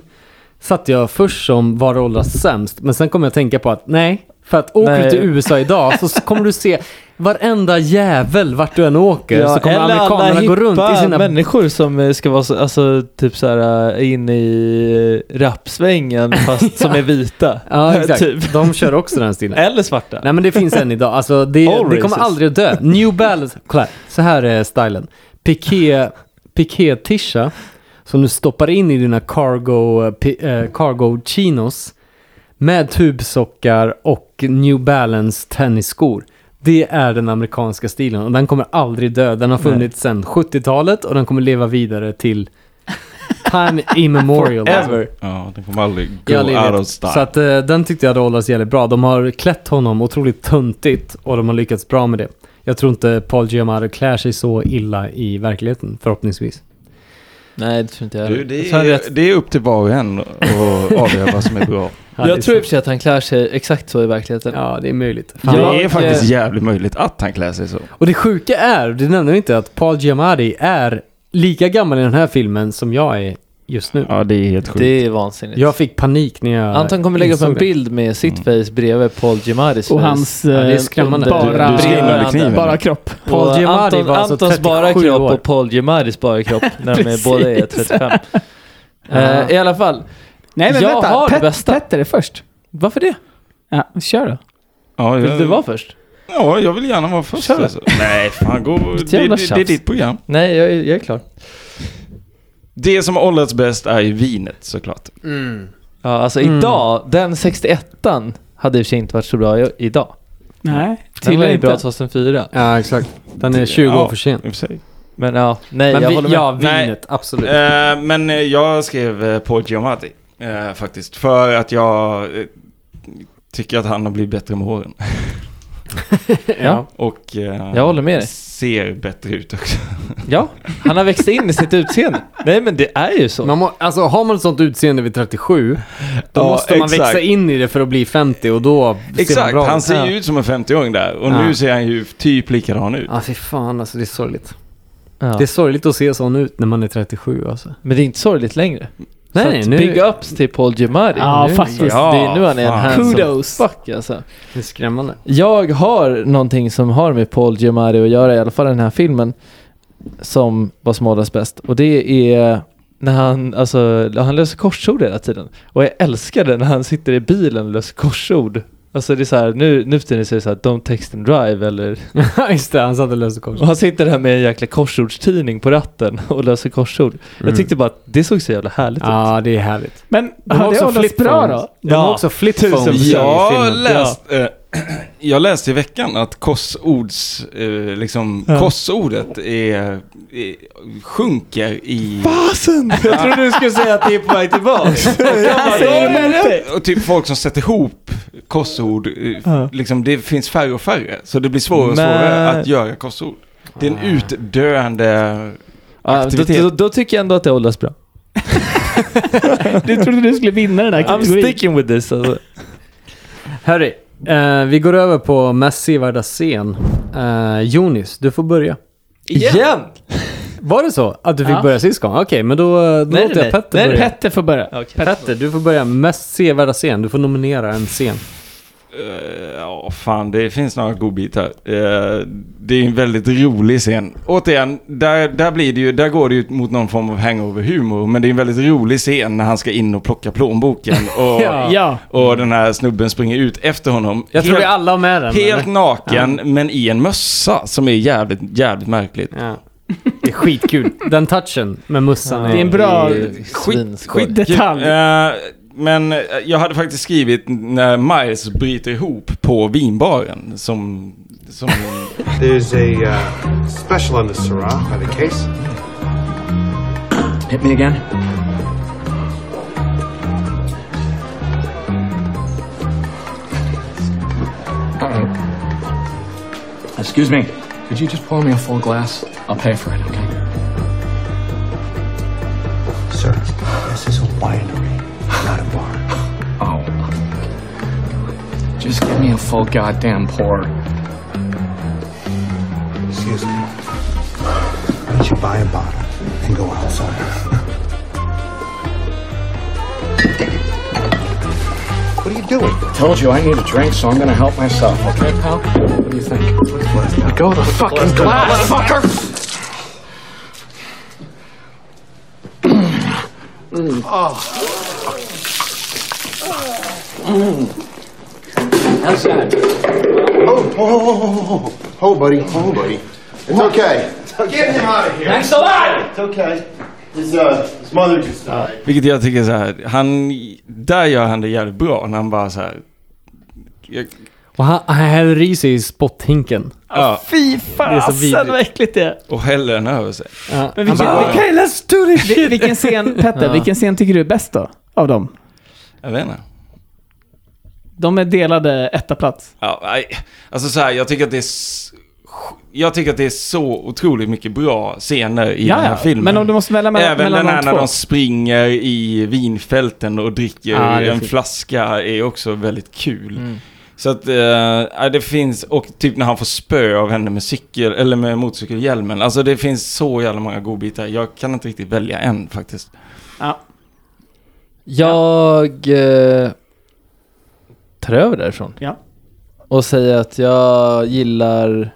S1: satte jag först som var det åldras sämst. Men sen kom jag att tänka på att nej, för att åker du
S6: Nej.
S1: till USA idag så s- kommer du se varenda jävel vart du än åker så kommer
S6: eller alla
S1: amerikanerna gå runt i
S6: hippa
S1: sina...
S6: människor som eh, ska vara så, alltså, typ så här eh, inne i eh, rapsvängen fast som är vita.
S1: Ja, exakt.
S6: Typ.
S1: De kör också den stilen.
S6: Eller svarta.
S1: Nej men det finns än idag. Alltså det,
S6: All
S1: det kommer
S6: races.
S1: aldrig att dö. New Balance, kolla här. Så här är stylen. Piqué, piqué-tisha som du stoppar in i dina cargo, eh, pi- eh, cargo chinos med tubsockar och New Balance tennisskor. Det är den amerikanska stilen och den kommer aldrig dö. Den har funnits sedan 70-talet och den kommer leva vidare till time immemorial.
S6: Ever.
S5: Ja, den kommer aldrig go
S1: Ja, det är
S5: out
S1: det.
S5: of style.
S1: Så att eh, den tyckte jag hade åldrats jävligt bra. De har klätt honom otroligt tuntigt och de har lyckats bra med det. Jag tror inte Paul Giamatti klär sig så illa i verkligheten, förhoppningsvis.
S7: Nej, det tror inte jag
S5: du,
S7: heller.
S5: det,
S7: Så han
S5: är, det är upp till var och en att avgöra vad som är bra.
S1: Härligt.
S7: Jag tror i och för sig att han klär sig exakt så i verkligheten.
S1: Ja, det är möjligt. Fan.
S7: Jag-
S5: Det är faktiskt jävligt möjligt att han klär sig så.
S1: Och det sjuka är, du nämnde inte att Paul Giamatti är lika gammal i den här filmen som jag är just nu.
S5: Ja, det är helt sjukt.
S7: Det är vansinnigt.
S1: Jag fick panik när jag
S7: Anton kommer lägga upp
S1: insåg
S7: en
S1: det.
S7: bild med sitt face bredvid Paul Giamattis
S4: Och
S7: face.
S4: hans
S1: Ja, det är
S4: eh,
S1: skrämmande.
S4: bara,
S5: Du- du ska in under kniven.
S4: bara kropp.
S1: Paul
S7: Och
S1: Giamatti
S7: Anton,
S1: var alltså
S7: Antons bara
S1: 37
S7: kropp
S1: år.
S7: och Paul Giamattis bara kropp när de är
S4: Precis.
S7: båda är 35. Eh, I alla fall,
S4: Nej men
S7: Jag
S4: vänta,
S7: har det
S4: Pet-
S7: bästa.
S4: Petter är först.
S7: varför det?
S4: Ja, kör då.
S5: Ja,
S7: Vill
S5: jag,
S7: du vara först?
S5: ja, jag vill gärna vara först.
S7: Kör.
S5: Alltså. Nej, fan gå. Det, det,
S7: jävla
S5: det är
S7: tjafs.
S5: ditt program.
S7: Nej, jag, är- jag är klar.
S5: Det som åldrats bäst är ju vinet såklart.
S7: Ja, alltså
S1: Mm.
S7: idag, den 61an hade i och för sig inte varit så bra i- idag.
S4: Nej,
S7: Den var
S4: tydligen
S7: ju bra
S4: inte.
S7: 2004.
S1: Ja, exakt. Den är 20 år
S5: Ja.
S1: för sen.
S5: I och för sig.
S7: Men ja, nej
S1: Men
S7: jag
S1: vi-
S7: håller med.
S1: ja,
S5: Nej.
S1: vinet, absolut.
S5: Eh, men eh, jag skrev eh, Paul Giamatti eh, faktiskt. För att jag eh, tycker att han har blivit bättre med åren.
S7: Ja.
S5: Och eh,
S7: Jag håller med dig.
S5: ser bättre ut också.
S7: Ja, han har växt in i sitt utseende. Nej men det är ju så.
S1: Man må, alltså har man ett sånt utseende vid 37, då
S5: Ja,
S1: måste man
S5: exakt.
S1: växa in i det för att bli 50 och då ser man
S5: Exakt,
S1: bra
S5: han
S1: ut.
S5: ser ju ut som en 50-åring där. Och
S1: Ja.
S5: nu ser han ju typ likadan ut.
S1: Ja, ah, fy fan alltså det är sorgligt.
S7: Ja.
S1: Det är sorgligt att se sån ut när man är 37 alltså.
S7: Men det är inte sorgligt längre.
S1: Nej,
S7: så
S1: nej,
S7: att
S1: nu-
S7: big ups till Paul Giamatti.
S4: Ja,
S7: nu,
S4: faktiskt.
S7: Det är nu han är en
S5: Ja, fan.
S7: handsome
S4: Kudos.
S7: fuck alltså.
S1: Det är skrämmande.
S7: Jag har någonting som har med Paul Giamatti att göra, i alla fall i den här filmen, som var som åldras bäst. Och det är när han, alltså, han löser korsord hela tiden. Och jag älskar det när han sitter i bilen och löser korsord. Alltså det är så här, nu, nu för tiden så är det så här, don't text and drive eller...
S1: Just det, han satt och löste kors.
S7: Och han sitter här med en jäkla korsordstidning på ratten och löser korsord. Jag tyckte bara att det såg så jävla härligt ut.
S1: Ja, det är härligt.
S4: Men
S1: De har
S4: har det
S1: också
S4: åldrats bra
S1: flipphones.
S4: då?
S1: De har
S7: Ja,
S1: också flipphones
S7: tusen
S1: i
S5: Jag
S1: filmen.
S5: läste, eh, jag läste i veckan att korsords, eh, liksom, korsordet är, är, sjunker i...
S6: Fasen! Jag trodde du skulle säga att det är på väg tillbaks.
S5: Och typ folk som sätter ihop korsord, eh,
S6: Ja.
S5: liksom, det finns färre och färre. Så det blir svårare
S6: Men-
S5: och svårare att göra korsord. Det är en utdöende...
S7: Ja, då,
S5: aktivitet.
S7: då, då tycker jag ändå att det åldras bra.
S4: Du trodde du skulle vinna den här
S7: I'm
S4: kategorin.
S7: sticking with this alltså.
S1: Harry, eh, vi går över på mest sevärda scen. Eh, Jonis, du får börja.
S7: Igen?
S1: Var det så? Att du fick
S4: Ja.
S1: börja sist gång? Okej, men då, då
S7: Nej,
S1: låter jag
S7: nej.
S1: Petter
S7: Nej,
S1: börja.
S4: Petter får börja.
S1: Petter, du får börja. Mest sevärda scen. Du får nominera en scen.
S5: Eh, Ja, fan, det finns några godbitar. Eh, det är en väldigt rolig scen. Återigen, där, där, blir det ju, där går det ju mot någon form av hangover-humor. Men det är en väldigt rolig scen när han ska in och plocka plånboken. Och,
S1: Ja.
S4: Ja.
S5: och den här snubben springer ut efter honom.
S1: Jag tror vi
S5: helt,
S1: alla har med den.
S5: helt
S1: eller?
S5: naken, men i en mössa som är jävligt, jävligt märkligt.
S1: Ja. Det är skitkul. Den touchen med mussan
S4: Det är en bra-
S7: Svinskoj.
S5: Skit-
S4: Detalj.
S5: Eh, men eh, jag hade faktiskt skrivit när Miles bryter ihop på vinbaren som... som
S8: There's a uh, special on the Syrah by the case.
S2: Hit me again. Uh-oh. Uh, Excuse me. Could you just pour me a full glass? I'll pay for it, okay?
S8: Sir, this is a winery, not a bar.
S2: Oh. Just give me a full goddamn pour.
S8: Excuse me. Why don't you buy a bottle and go outside? What are you doing?
S2: I told you I need a drink, so I'm gonna help myself, okay, pal? What do you think? Let go of the fucking glass, fucker!
S3: Oh, oh, oh, oh, oh, buddy. Oh, buddy. It's okay.
S8: Get him out of here. Thanks a lot. It's okay. His, uh, his mother just died.
S5: vilket jag tycker så här, han... Där gör han det jävligt bra när han bara så här... Jag,
S1: Och han, han häller i sig i spotthinken.
S5: ja,
S4: Fy
S1: vidrigt.
S4: fasen vad äckligt det är.
S5: och häller den över sig.
S1: Ja.
S4: Men vilken,
S5: bara-
S4: vilken,
S1: let's do this
S4: vil- vilken scen, Petter,
S1: Ja.
S4: vilken scen tycker du är bäst då? Av dem?
S5: Jag vet inte.
S4: De är delade etta plats.
S5: Ja, nej. Alltså så här, jag tycker att det är... s- Jag tycker att det är så otroligt mycket bra scener i den här filmen.
S4: Men om du måste välja mellan,
S5: Även
S4: mellan
S5: den här när
S4: de två.
S5: de springer i vinfälten och dricker
S1: Ja, det är
S5: en
S1: fint.
S5: flaska är också väldigt kul. Så att, eh, ja, det finns, och typ när han får spö av henne med cykel, eller med motorcykelhjälmen. Alltså det finns så jävla många godbitar. Jag kan inte riktigt välja en faktiskt.
S7: Jag eh, tar över därifrån.
S4: Ja.
S7: Och säger att jag gillar...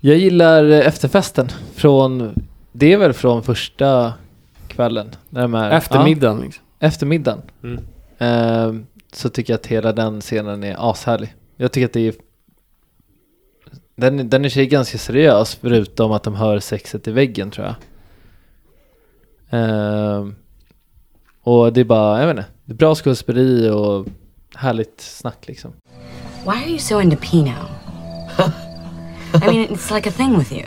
S7: Jag gillar eh, efterfesten från... Det är väl från första kvällen? När de är,
S1: Eftermiddagen. Liksom.
S7: Ja, eftermiddagen.
S1: Mm.
S7: Eh, så tycker jag att hela den scenen är ashärlig. Jag tycker att det är... Den, den är i sig ganska seriös förutom att de hör sexet i väggen tror jag. Ehm, och det är bara, jag vet inte, det är bra skådespeleri och härligt snack liksom.
S9: Why are you so into Pinot? I mean, it's like a thing with you.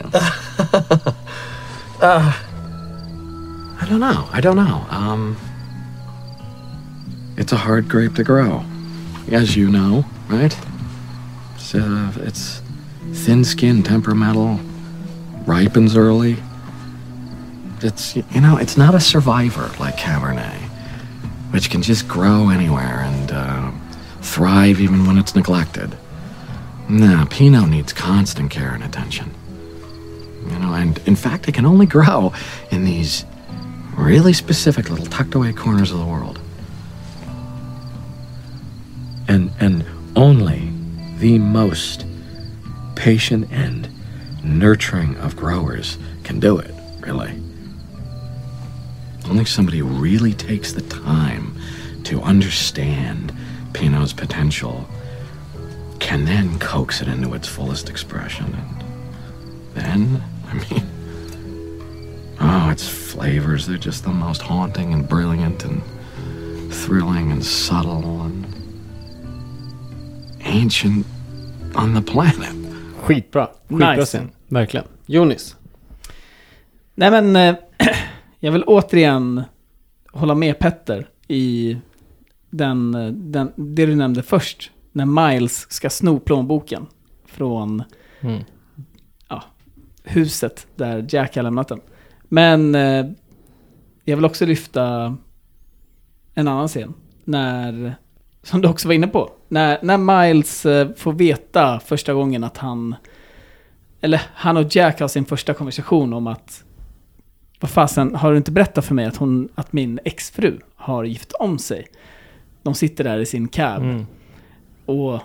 S2: I don't know. I don't know. Um, it's a hard grape to grow, as you know, right? It's, uh, it's thin-skinned, temperamental, ripens early. It's you know, it's not a survivor like Cabernet, which can just grow anywhere and uh, thrive even when it's neglected. No, Pinot needs constant care and attention. You know, and in fact, it can only grow in these really specific little tucked away corners of the world.
S10: and and only the most patient and nurturing of growers can do it really only somebody who really takes the time to understand pinot's potential can then coax it into its fullest expression and then i mean oh its flavors they're just the most haunting and brilliant and thrilling and subtle and ancient on the planet.
S1: Skitbra. Skitbra
S4: Nice.
S1: scen. Verkligen. Jonis.
S4: Nej men, eh, jag vill återigen hålla med Petter i den, eh, den, det du nämnde först. När Miles ska sno plånboken från
S7: Mm.
S4: ja, huset där Jack har lämnat den. Men eh, jag vill också lyfta en annan scen. När, som du också var inne på, när, när Miles eh, får veta första gången att han eller han och Jack har sin första konversation om att vad fasen, har du inte berättat för mig att, hon, att min exfru har gift om sig? De sitter där i sin cab
S7: Mm.
S4: och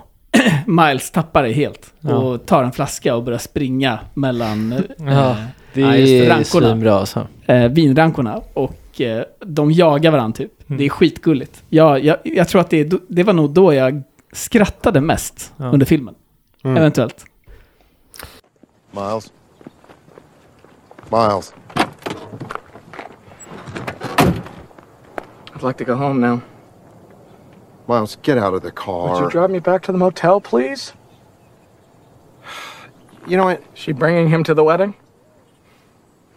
S4: Miles tappar det helt
S7: Ja.
S4: och tar en flaska och börjar springa mellan eh,
S7: Mm. Ja, det
S4: ja, just
S7: är
S4: rankorna.
S7: svinbra alltså.
S4: eh, vinrankorna och eh, de jagar varandra typ.
S7: Mm.
S4: Det är skitgulligt. Jag, jag, jag tror att det, är då- det var nog då jag skrattade mest
S7: Ja.
S4: under filmen.
S1: Mm.
S4: Eventuellt.
S3: Miles. Miles.
S11: I'd like to go home now.
S3: Miles, get out of the
S11: Would you
S3: car.
S11: drive me back to the motel, please?
S3: You know what?
S11: She bringing him to the wedding?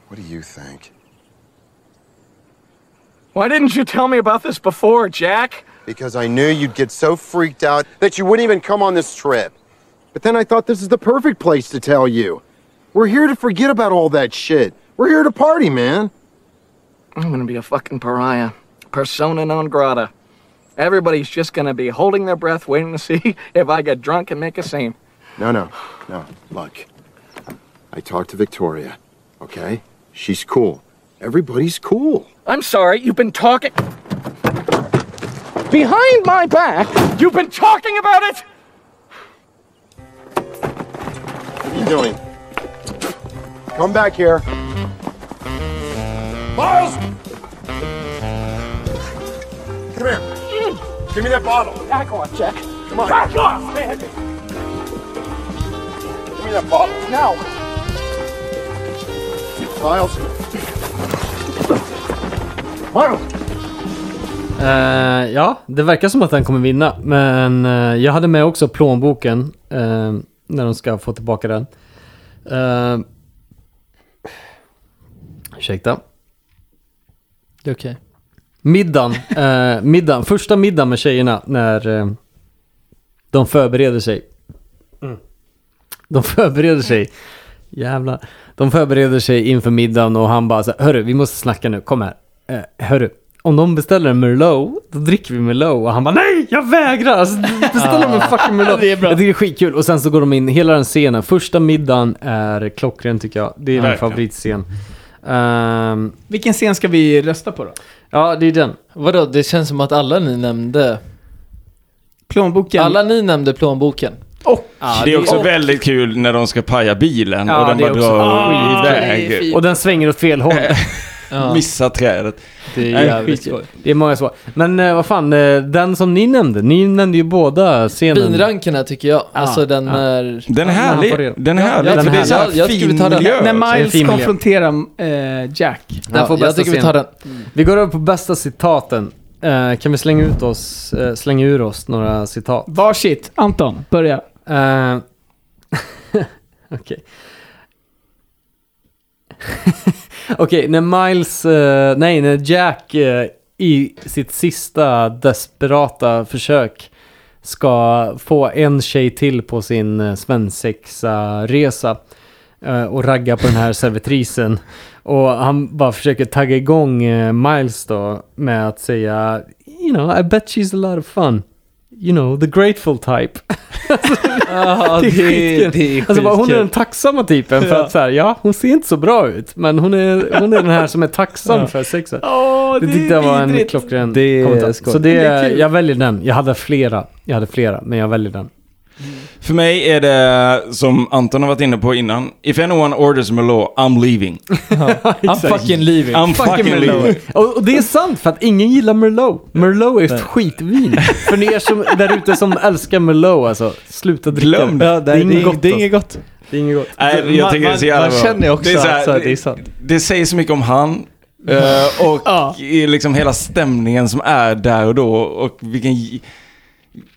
S3: What do you think?
S11: Why didn't you tell me about this before, Jack?
S3: Because I knew you'd get so freaked out that you wouldn't even come on this trip. But then I thought this is the perfect place to tell you. We're here to forget about all that shit. We're here to party, man.
S11: I'm gonna be a fucking pariah. Persona non grata. Everybody's just gonna be holding their breath, waiting to see if I get drunk and make a scene.
S3: No, no, no. Look, I talked to Victoria, okay? She's cool. Everybody's cool.
S11: I'm sorry, you've been talking. Behind my back, you've been talking about it!
S3: What are you doing? Come back here. Miles! Come here. Give me that bottle.
S11: Back off, Jack.
S3: Come on.
S11: Back off, man!
S3: Give me that bottle.
S11: Now,
S3: Miles. Miles!
S1: Eh, ja, det verkar som att han kommer vinna. Men eh, jag hade med också plånboken eh, när de ska få tillbaka den. Uh, ursäkta.
S7: Det är okej.
S1: Middagen, eh, middagen, första middagen med tjejerna när eh, de förbereder sig. Mm. De förbereder sig. Jävlar. De förbereder sig inför middagen och han bara så här, hörru, vi måste snacka nu, kom här. Eh, hörru, om de beställer en Merlot, då dricker vi Merlot. Och han bara, nej, jag vägrar! Alltså, beställer de en fucking Merlot. det är bra. Jag tycker det är skitkul. Och sen så går de in, hela den scenen, första middagen är klockren tycker jag. Det är min
S5: Verkligen.
S1: favoritscen. Ehm,
S4: Vilken scen ska vi rösta på då?
S1: ja, det är den.
S7: Vadå, det känns som att alla ni nämnde...
S4: Plånboken
S7: Alla ni nämnde plånboken.
S4: och...
S5: det är också väldigt kul när de ska paja bilen
S1: Ja,
S5: och den
S1: det är
S5: bara
S1: också-
S5: drar
S4: Ah, det är
S5: iväg.
S4: fint.
S1: Och den svänger åt fel håll.
S7: Ja,
S5: Missar trädet.
S7: det är
S5: Nej,
S7: jävligt
S5: skit.
S7: skoj.
S1: Det är många svar. Men eh, vad fan, eh, den som ni nämnde, ni nämnde ju båda scenen.
S7: Vinrankerna tycker jag, alltså den
S1: ja.
S7: är...
S5: Den är
S1: han får
S5: härlig.
S1: det.
S5: Den är härlig.
S1: jag
S5: för det är
S1: tycker-
S5: så här
S7: jag- jag
S5: fin
S7: skulle ta den.
S5: miljö.
S4: När
S1: är en
S4: Miles
S1: fin miljö.
S4: konfronterar eh, Jack.
S1: Den får
S7: Ja, jag
S1: bästa
S7: tycker vi
S1: scen.
S7: tar den.
S1: Vi går över på bästa citaten. Eh, kan vi slänga ut oss, eh, slänga ur oss några citat?
S4: Varsitt. Anton, börja.
S1: Eh, Okej. Okej, när Miles, eh, nej, när Jack eh, i sitt sista desperata försök ska få en tjej till på sin eh, svensexa-resa eh, och ragga på den här servitrisen. Och han bara försöker tagga igång eh, Miles då med att säga You know, I bet she's a lot of fun. You know, the grateful type.
S7: Ja,
S1: Det är skitkul.
S7: det är
S1: Alltså bara, hon är
S7: skitkul.
S1: den tacksamma typen för att så här, ja, hon ser inte så bra ut. Men hon är, hon är den här som är tacksam för sexet.
S4: Åh,
S1: Det tyckte jag var en klockren
S6: Det är
S1: kommentar.
S6: skoj.
S1: Så det,
S4: Det är kul.
S1: jag väljer den. Jag hade flera. Jag hade flera, men jag väljer den.
S5: För mig är det, som Anton har varit inne på innan, If anyone orders me law, I'm leaving.
S7: I'm fucking leaving.
S5: I'm fucking, leaving.
S1: Och, och det är sant för att ingen gillar Merlot. Merlot är ett skitvin. för ni er som, där ute som älskar Merlot alltså, sluta dricka.
S5: Glöm det.
S6: Ja,
S1: Det är inget gott.
S6: det är inget gott.
S1: Det är inget gott.
S5: Nej, jag
S6: Man-
S5: tycker det är så
S6: man-
S5: jävla
S6: man
S5: bra.
S6: känner ju också
S5: så här,
S6: att så här, det är sant.
S5: Det säger så mycket om han. eh, och
S4: Ja.
S5: i liksom hela stämningen som är där och då och vilken j-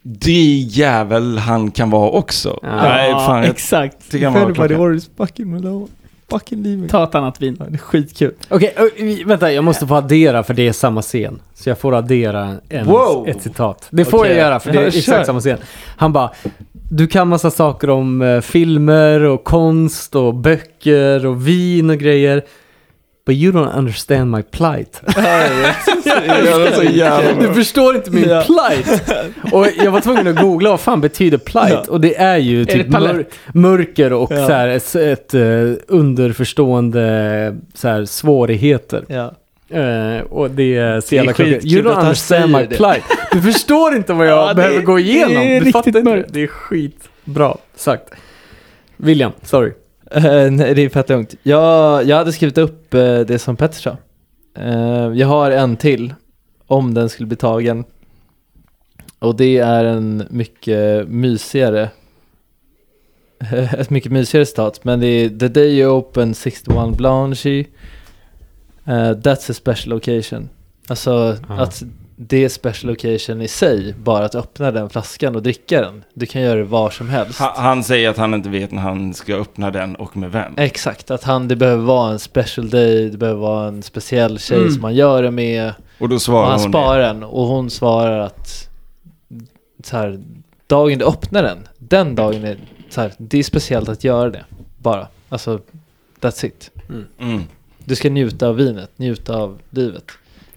S5: dryg jävel han kan vara också. Nej, fan, jag
S4: exakt.
S5: tycker han var
S6: Everybody
S5: klockan.
S6: orders fucking Malone. Fucking leaving.
S4: Ta ett annat vin.
S6: Ja, Det är skitkul.
S1: Okej, ö, vänta, jag måste få addera för det är samma scen. Så jag får addera en,
S6: Wow!
S1: ett citat. Det får
S6: Okej.
S1: jag göra för det är
S6: Ja, kör.
S1: exakt samma scen. Han bara, du kan massa saker om eh, filmer och konst och böcker och vin och grejer. But you don't understand my plight.
S6: Jag var
S1: Alltså,
S6: så jävla bra.
S1: du förstår inte min
S6: Ja.
S1: plight. Och jag var tvungen att googla vad fan betyder plight.
S6: Ja.
S1: Och det är ju
S6: Är
S1: typ
S6: det palett?
S1: mör- mörker och
S6: Ja.
S1: så här ett, ett eh, underförstående så här, svårigheter.
S6: Ja.
S1: Eh, och det är så
S6: Det är
S1: jävla klockrent.
S6: skitkul
S1: You don't
S6: att han
S1: understand my
S6: säger det.
S1: plight. Du förstår inte vad jag
S6: Ja, det-
S1: behöver gå igenom.
S6: det är
S1: du
S6: riktigt
S1: fattar inte det. Det är skitbra sagt. William, sorry.
S7: Eh, nej, det är fett lugnt. Jag, jag hade skrivit upp eh, det som Petter sa. Eh, jag har en till, om den skulle bli tagen. Och det är en mycket mysigare, ett mycket mysigare stat. Men det är The Day You Open 61 Blanchy. eh, that's a special occasion. Alltså
S1: Ah.
S7: att det är special occasion i sig, bara att öppna den flaskan och dricka den. Du kan göra det var som helst.
S5: Han, han säger att han inte vet när han ska öppna den och med vem.
S7: Exakt, att han, det behöver vara en special day, det behöver vara en speciell tjej
S5: Mm.
S7: som han gör det med.
S5: Och då svarar
S7: och han
S5: hon
S7: sparar den och hon svarar att så här, dagen du öppnar den, den dagen är så här, det är speciellt att göra det. Bara, alltså that's it.
S1: Mm.
S5: Mm.
S7: Du ska njuta av vinet, njuta av livet.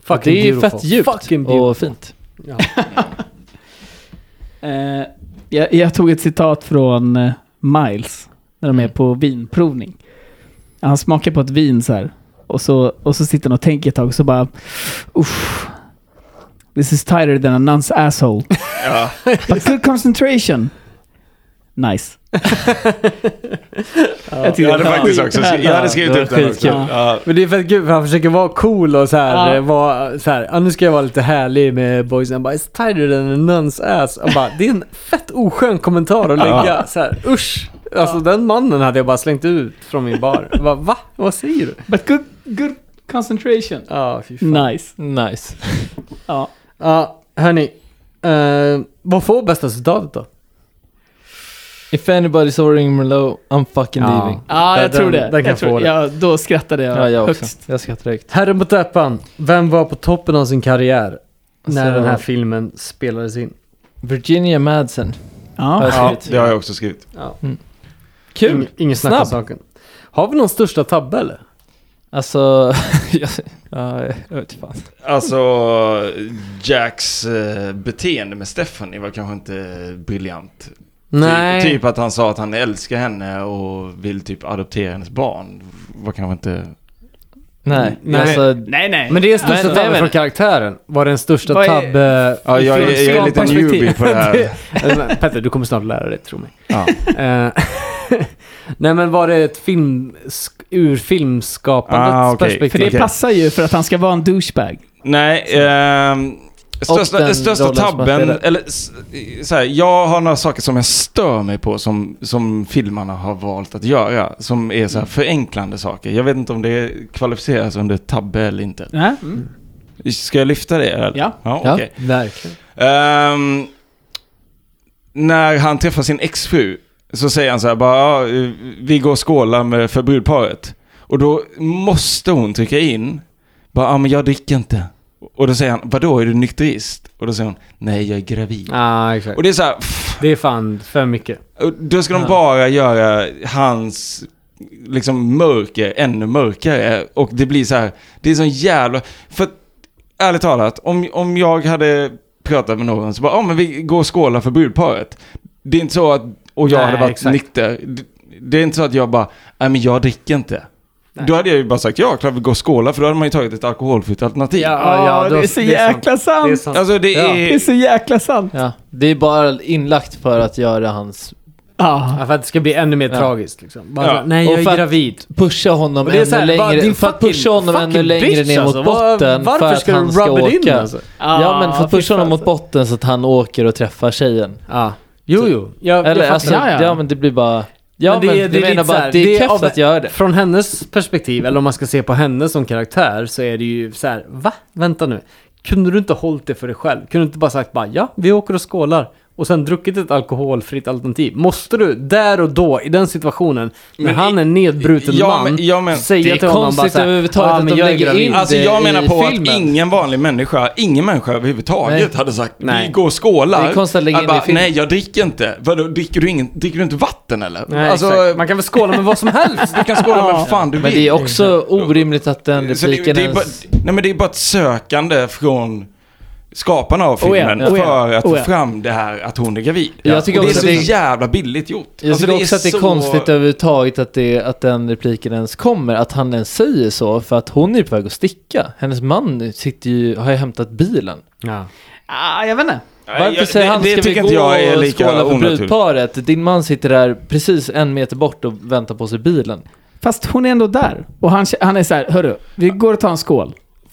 S1: Fucking
S7: Och det är
S1: beautiful.
S7: fett djupt
S1: Fucking beautiful.
S7: och fint.
S1: Ja.
S4: Eh, jag, jag tog ett citat från eh, Miles när de är på vinprovning. Han smakar på ett vin så här och så, och så sitter han och tänker ett tag och så bara Uff, This is tighter than a nun's asshole.
S5: Ja.
S4: But good concentration. Nice.
S5: Jag, hade faktiskt också skri- jag hade skrivit upp den också. Ja.
S1: Men det är fett kul för han försöker vara cool och så här,
S4: Ja.
S1: eh, vara så här, "Ah, nu ska jag vara lite härlig med boys and bara, it's tighter than a nun's ass. Och bara, det är en fett oskön kommentar att lägga
S4: Ja.
S1: så här, usch. Alltså den mannen hade jag bara slängt ut från min bar. Jag Bara, Va? Vad säger du?
S4: But good, good concentration.
S1: Ja, fy fan.
S4: Nice.
S7: Nice.
S4: Ja.
S1: Ja, hörni. eh, vad får bästa citatet då?
S7: If anybody's ordering Merlot, I'm fucking
S1: Ja.
S7: leaving.
S4: Ja, jag
S1: Den-
S4: tror det.
S1: den kan
S4: jag tror,
S1: få det.
S4: Ja, då skrattade jag,
S7: Ja, jag också.
S4: högst.
S7: Jag skrattar högt.
S1: Herren på täppan, vem var på toppen av sin karriär när
S7: Alltså-
S1: den här filmen spelades in?
S7: Virginia Madsen.
S4: Ja.
S7: Har
S5: Ja,
S7: jag skrivit.
S5: det har jag också skrivit.
S7: Kul!
S1: Ing- Ingen snack om
S7: Snabb.
S1: saken. Har vi någon största tabbe eller?
S7: Alltså, jag, ja, jag vet fan.
S5: Alltså, Jacks eh, beteende med Stephanie var kanske inte briljant.
S1: Nej.
S5: Typ, typ att han sa att han älskar henne och vill typ adoptera hennes barn. Var kanske inte...
S7: Nej,
S1: Nej.
S7: Alltså,
S4: Nej, nej.
S1: Men det är den största
S7: Men-
S1: tabben
S7: men-
S1: från karaktären. Var den största
S4: Vad är-
S1: tabbe...
S5: Ja, jag, är- jag är lite
S4: Skapperspektiv.
S5: newbie på det här.
S1: Det- Petter, du kommer snart lära dig, tro mig.
S5: Ja.
S1: Eh, Nej men var det ett film... sk- Ur filmskapandets
S5: Ah, okej.
S4: För
S1: perspektiv?
S4: det
S5: Okej.
S4: passar ju för att han ska vara en douchebag.
S5: Nej, ehm,
S7: Och
S5: största,
S7: den
S5: största
S7: rollen som man
S5: tabben,
S7: spelar.
S5: eller s- så här, jag har några saker som jag stör mig på som, som filmarna har valt att göra. Som är så här förenklande saker. Jag vet inte om det kvalificeras under tabbe eller inte.
S4: Nej.
S5: Ska jag lyfta det? Eller?
S4: Ja.
S5: ja,
S7: ja,
S5: Mm. okej.
S7: verkligen.
S5: Ehm, när han träffar sin exfru så säger han så här bara, "Ja, eh, vi går och skålar med, för brudparet. Och då måste hon trycka in, bara, ja men jag dricker inte. Och då säger han, vadå är du nykterist? Och då säger hon, nej jag är gravid.
S1: ah, exakt.
S5: Och det är så här, pff,
S1: Det är fan för mycket.
S5: och då ska de
S7: Ja.
S5: bara göra hans liksom mörker ännu mörkare. Och det blir så här, det är sån jävla... För att, ärligt talat, om, om jag hade pratat med någon så bara, ja men vi går och skålar för brudparet. Det är inte så att, och jag
S1: Nej,
S5: hade varit
S1: exakt.
S5: nykter. Det, det är inte så att jag bara, nej men jag dricker inte. Då hade jag ju bara sagt, ja klart vi går och skålar, för då hade man ju tagit ett alkoholfritt alternativ.
S1: Ja, ja,
S4: det
S1: då-
S4: är så
S1: det är sant.
S4: jäkla
S1: Det är
S4: sant. Det är,
S1: sant.
S5: Alltså det
S1: Ja.
S5: är...
S4: så jäkla sant.
S7: Ja, det är bara inlagt för att göra hans...
S4: Ja.
S1: Ja, för att det ska bli ännu mer
S7: Ja.
S1: tragiskt liksom. Bara,
S5: Ja.
S1: så här, Nej,
S7: Och
S1: jag
S7: för
S1: är
S7: att-
S1: gravid.
S7: Pusha honom
S1: Och det är
S7: ännu
S1: så här, bara,
S7: längre,
S1: din
S7: för att
S1: fucking-
S7: pusha honom ännu
S1: fucking
S7: längre
S1: bitch,
S7: ner mot
S1: alltså. Vad-
S7: botten
S1: varför
S7: för att
S1: ska du
S7: han ska
S1: rub it in,
S7: åka.
S1: alltså?
S7: Ja, men för att
S4: fy
S7: pusha
S4: fan,
S7: honom mot
S4: alltså.
S7: botten så att han åker och träffar tjejen.
S1: Ja. Jo, jo. Jag,
S7: Eller
S1: jag
S7: alltså,
S1: fattar.
S4: Ja, ja.
S7: ja men det blir bara... Ja men,
S1: Men det är-
S7: jag
S1: det är
S7: menar
S1: lite
S7: bara
S1: så här,
S7: att det är,
S1: det är
S7: kräft
S1: av-
S7: att göra det.
S1: Från hennes perspektiv, eller om man ska se på henne som karaktär, så är det ju så här, va? Vänta nu. Kunde du inte hållit det för dig själv? Kunde du inte bara sagt bara, ja, vi åker och skålar. och sen druckit ett alkoholfritt alternativ. Måste du där och då, i den situationen, när
S5: Men
S1: han är nedbruten
S5: Ja,
S1: man,
S5: men- ja, men- Det
S1: säga
S5: är
S1: till honom bara "Ah,
S5: konstigt
S1: såhär,
S5: överhuvudtaget att de lägger in det Alltså, jag menar på att
S1: ingen
S5: vanlig människa, ingen människa överhuvudtaget
S1: Nej.
S5: hade sagt
S1: Nej.
S5: vi går och skålar.
S1: Det är konstigt att lägga
S5: Jag
S1: in det i filmen.
S5: Nej, jag dricker inte. Vadå, dricker du, ingen, dricker du inte vatten eller? Alltså,
S1: Nej, exakt. Man kan väl skåla med vad som helst?
S5: Du kan skåla med vad fan du
S7: Men
S5: vill.
S7: det är också orimligt att den
S5: Så det,
S7: repliken
S5: det, är bara,
S7: ens...
S5: nej, men det är bara ett sökande från skaparna av
S7: Oh ja,
S5: filmen
S7: oh ja,
S5: för att
S7: oh
S5: få
S7: ja.
S5: fram det här att hon är gravid.
S7: Jag tycker
S5: Och det är
S7: också
S5: så
S7: att det är-
S5: jävla billigt gjort.
S7: Jag
S5: Alltså,
S7: tycker också att det är
S5: så-
S7: konstigt överhuvudtaget att, det, att den repliken ens kommer, att han ens säger så, för att hon är på väg att sticka. Hennes man sitter ju, har ju hämtat bilen.
S4: Ah, jag vet inte.
S7: Varför säger han ska vi gå och skåla på brudparet? Din man sitter där precis en meter bort och väntar på sig bilen.
S4: Fast hon är ändå där. Och han, han är så här, hörru, vi går och tar en skål.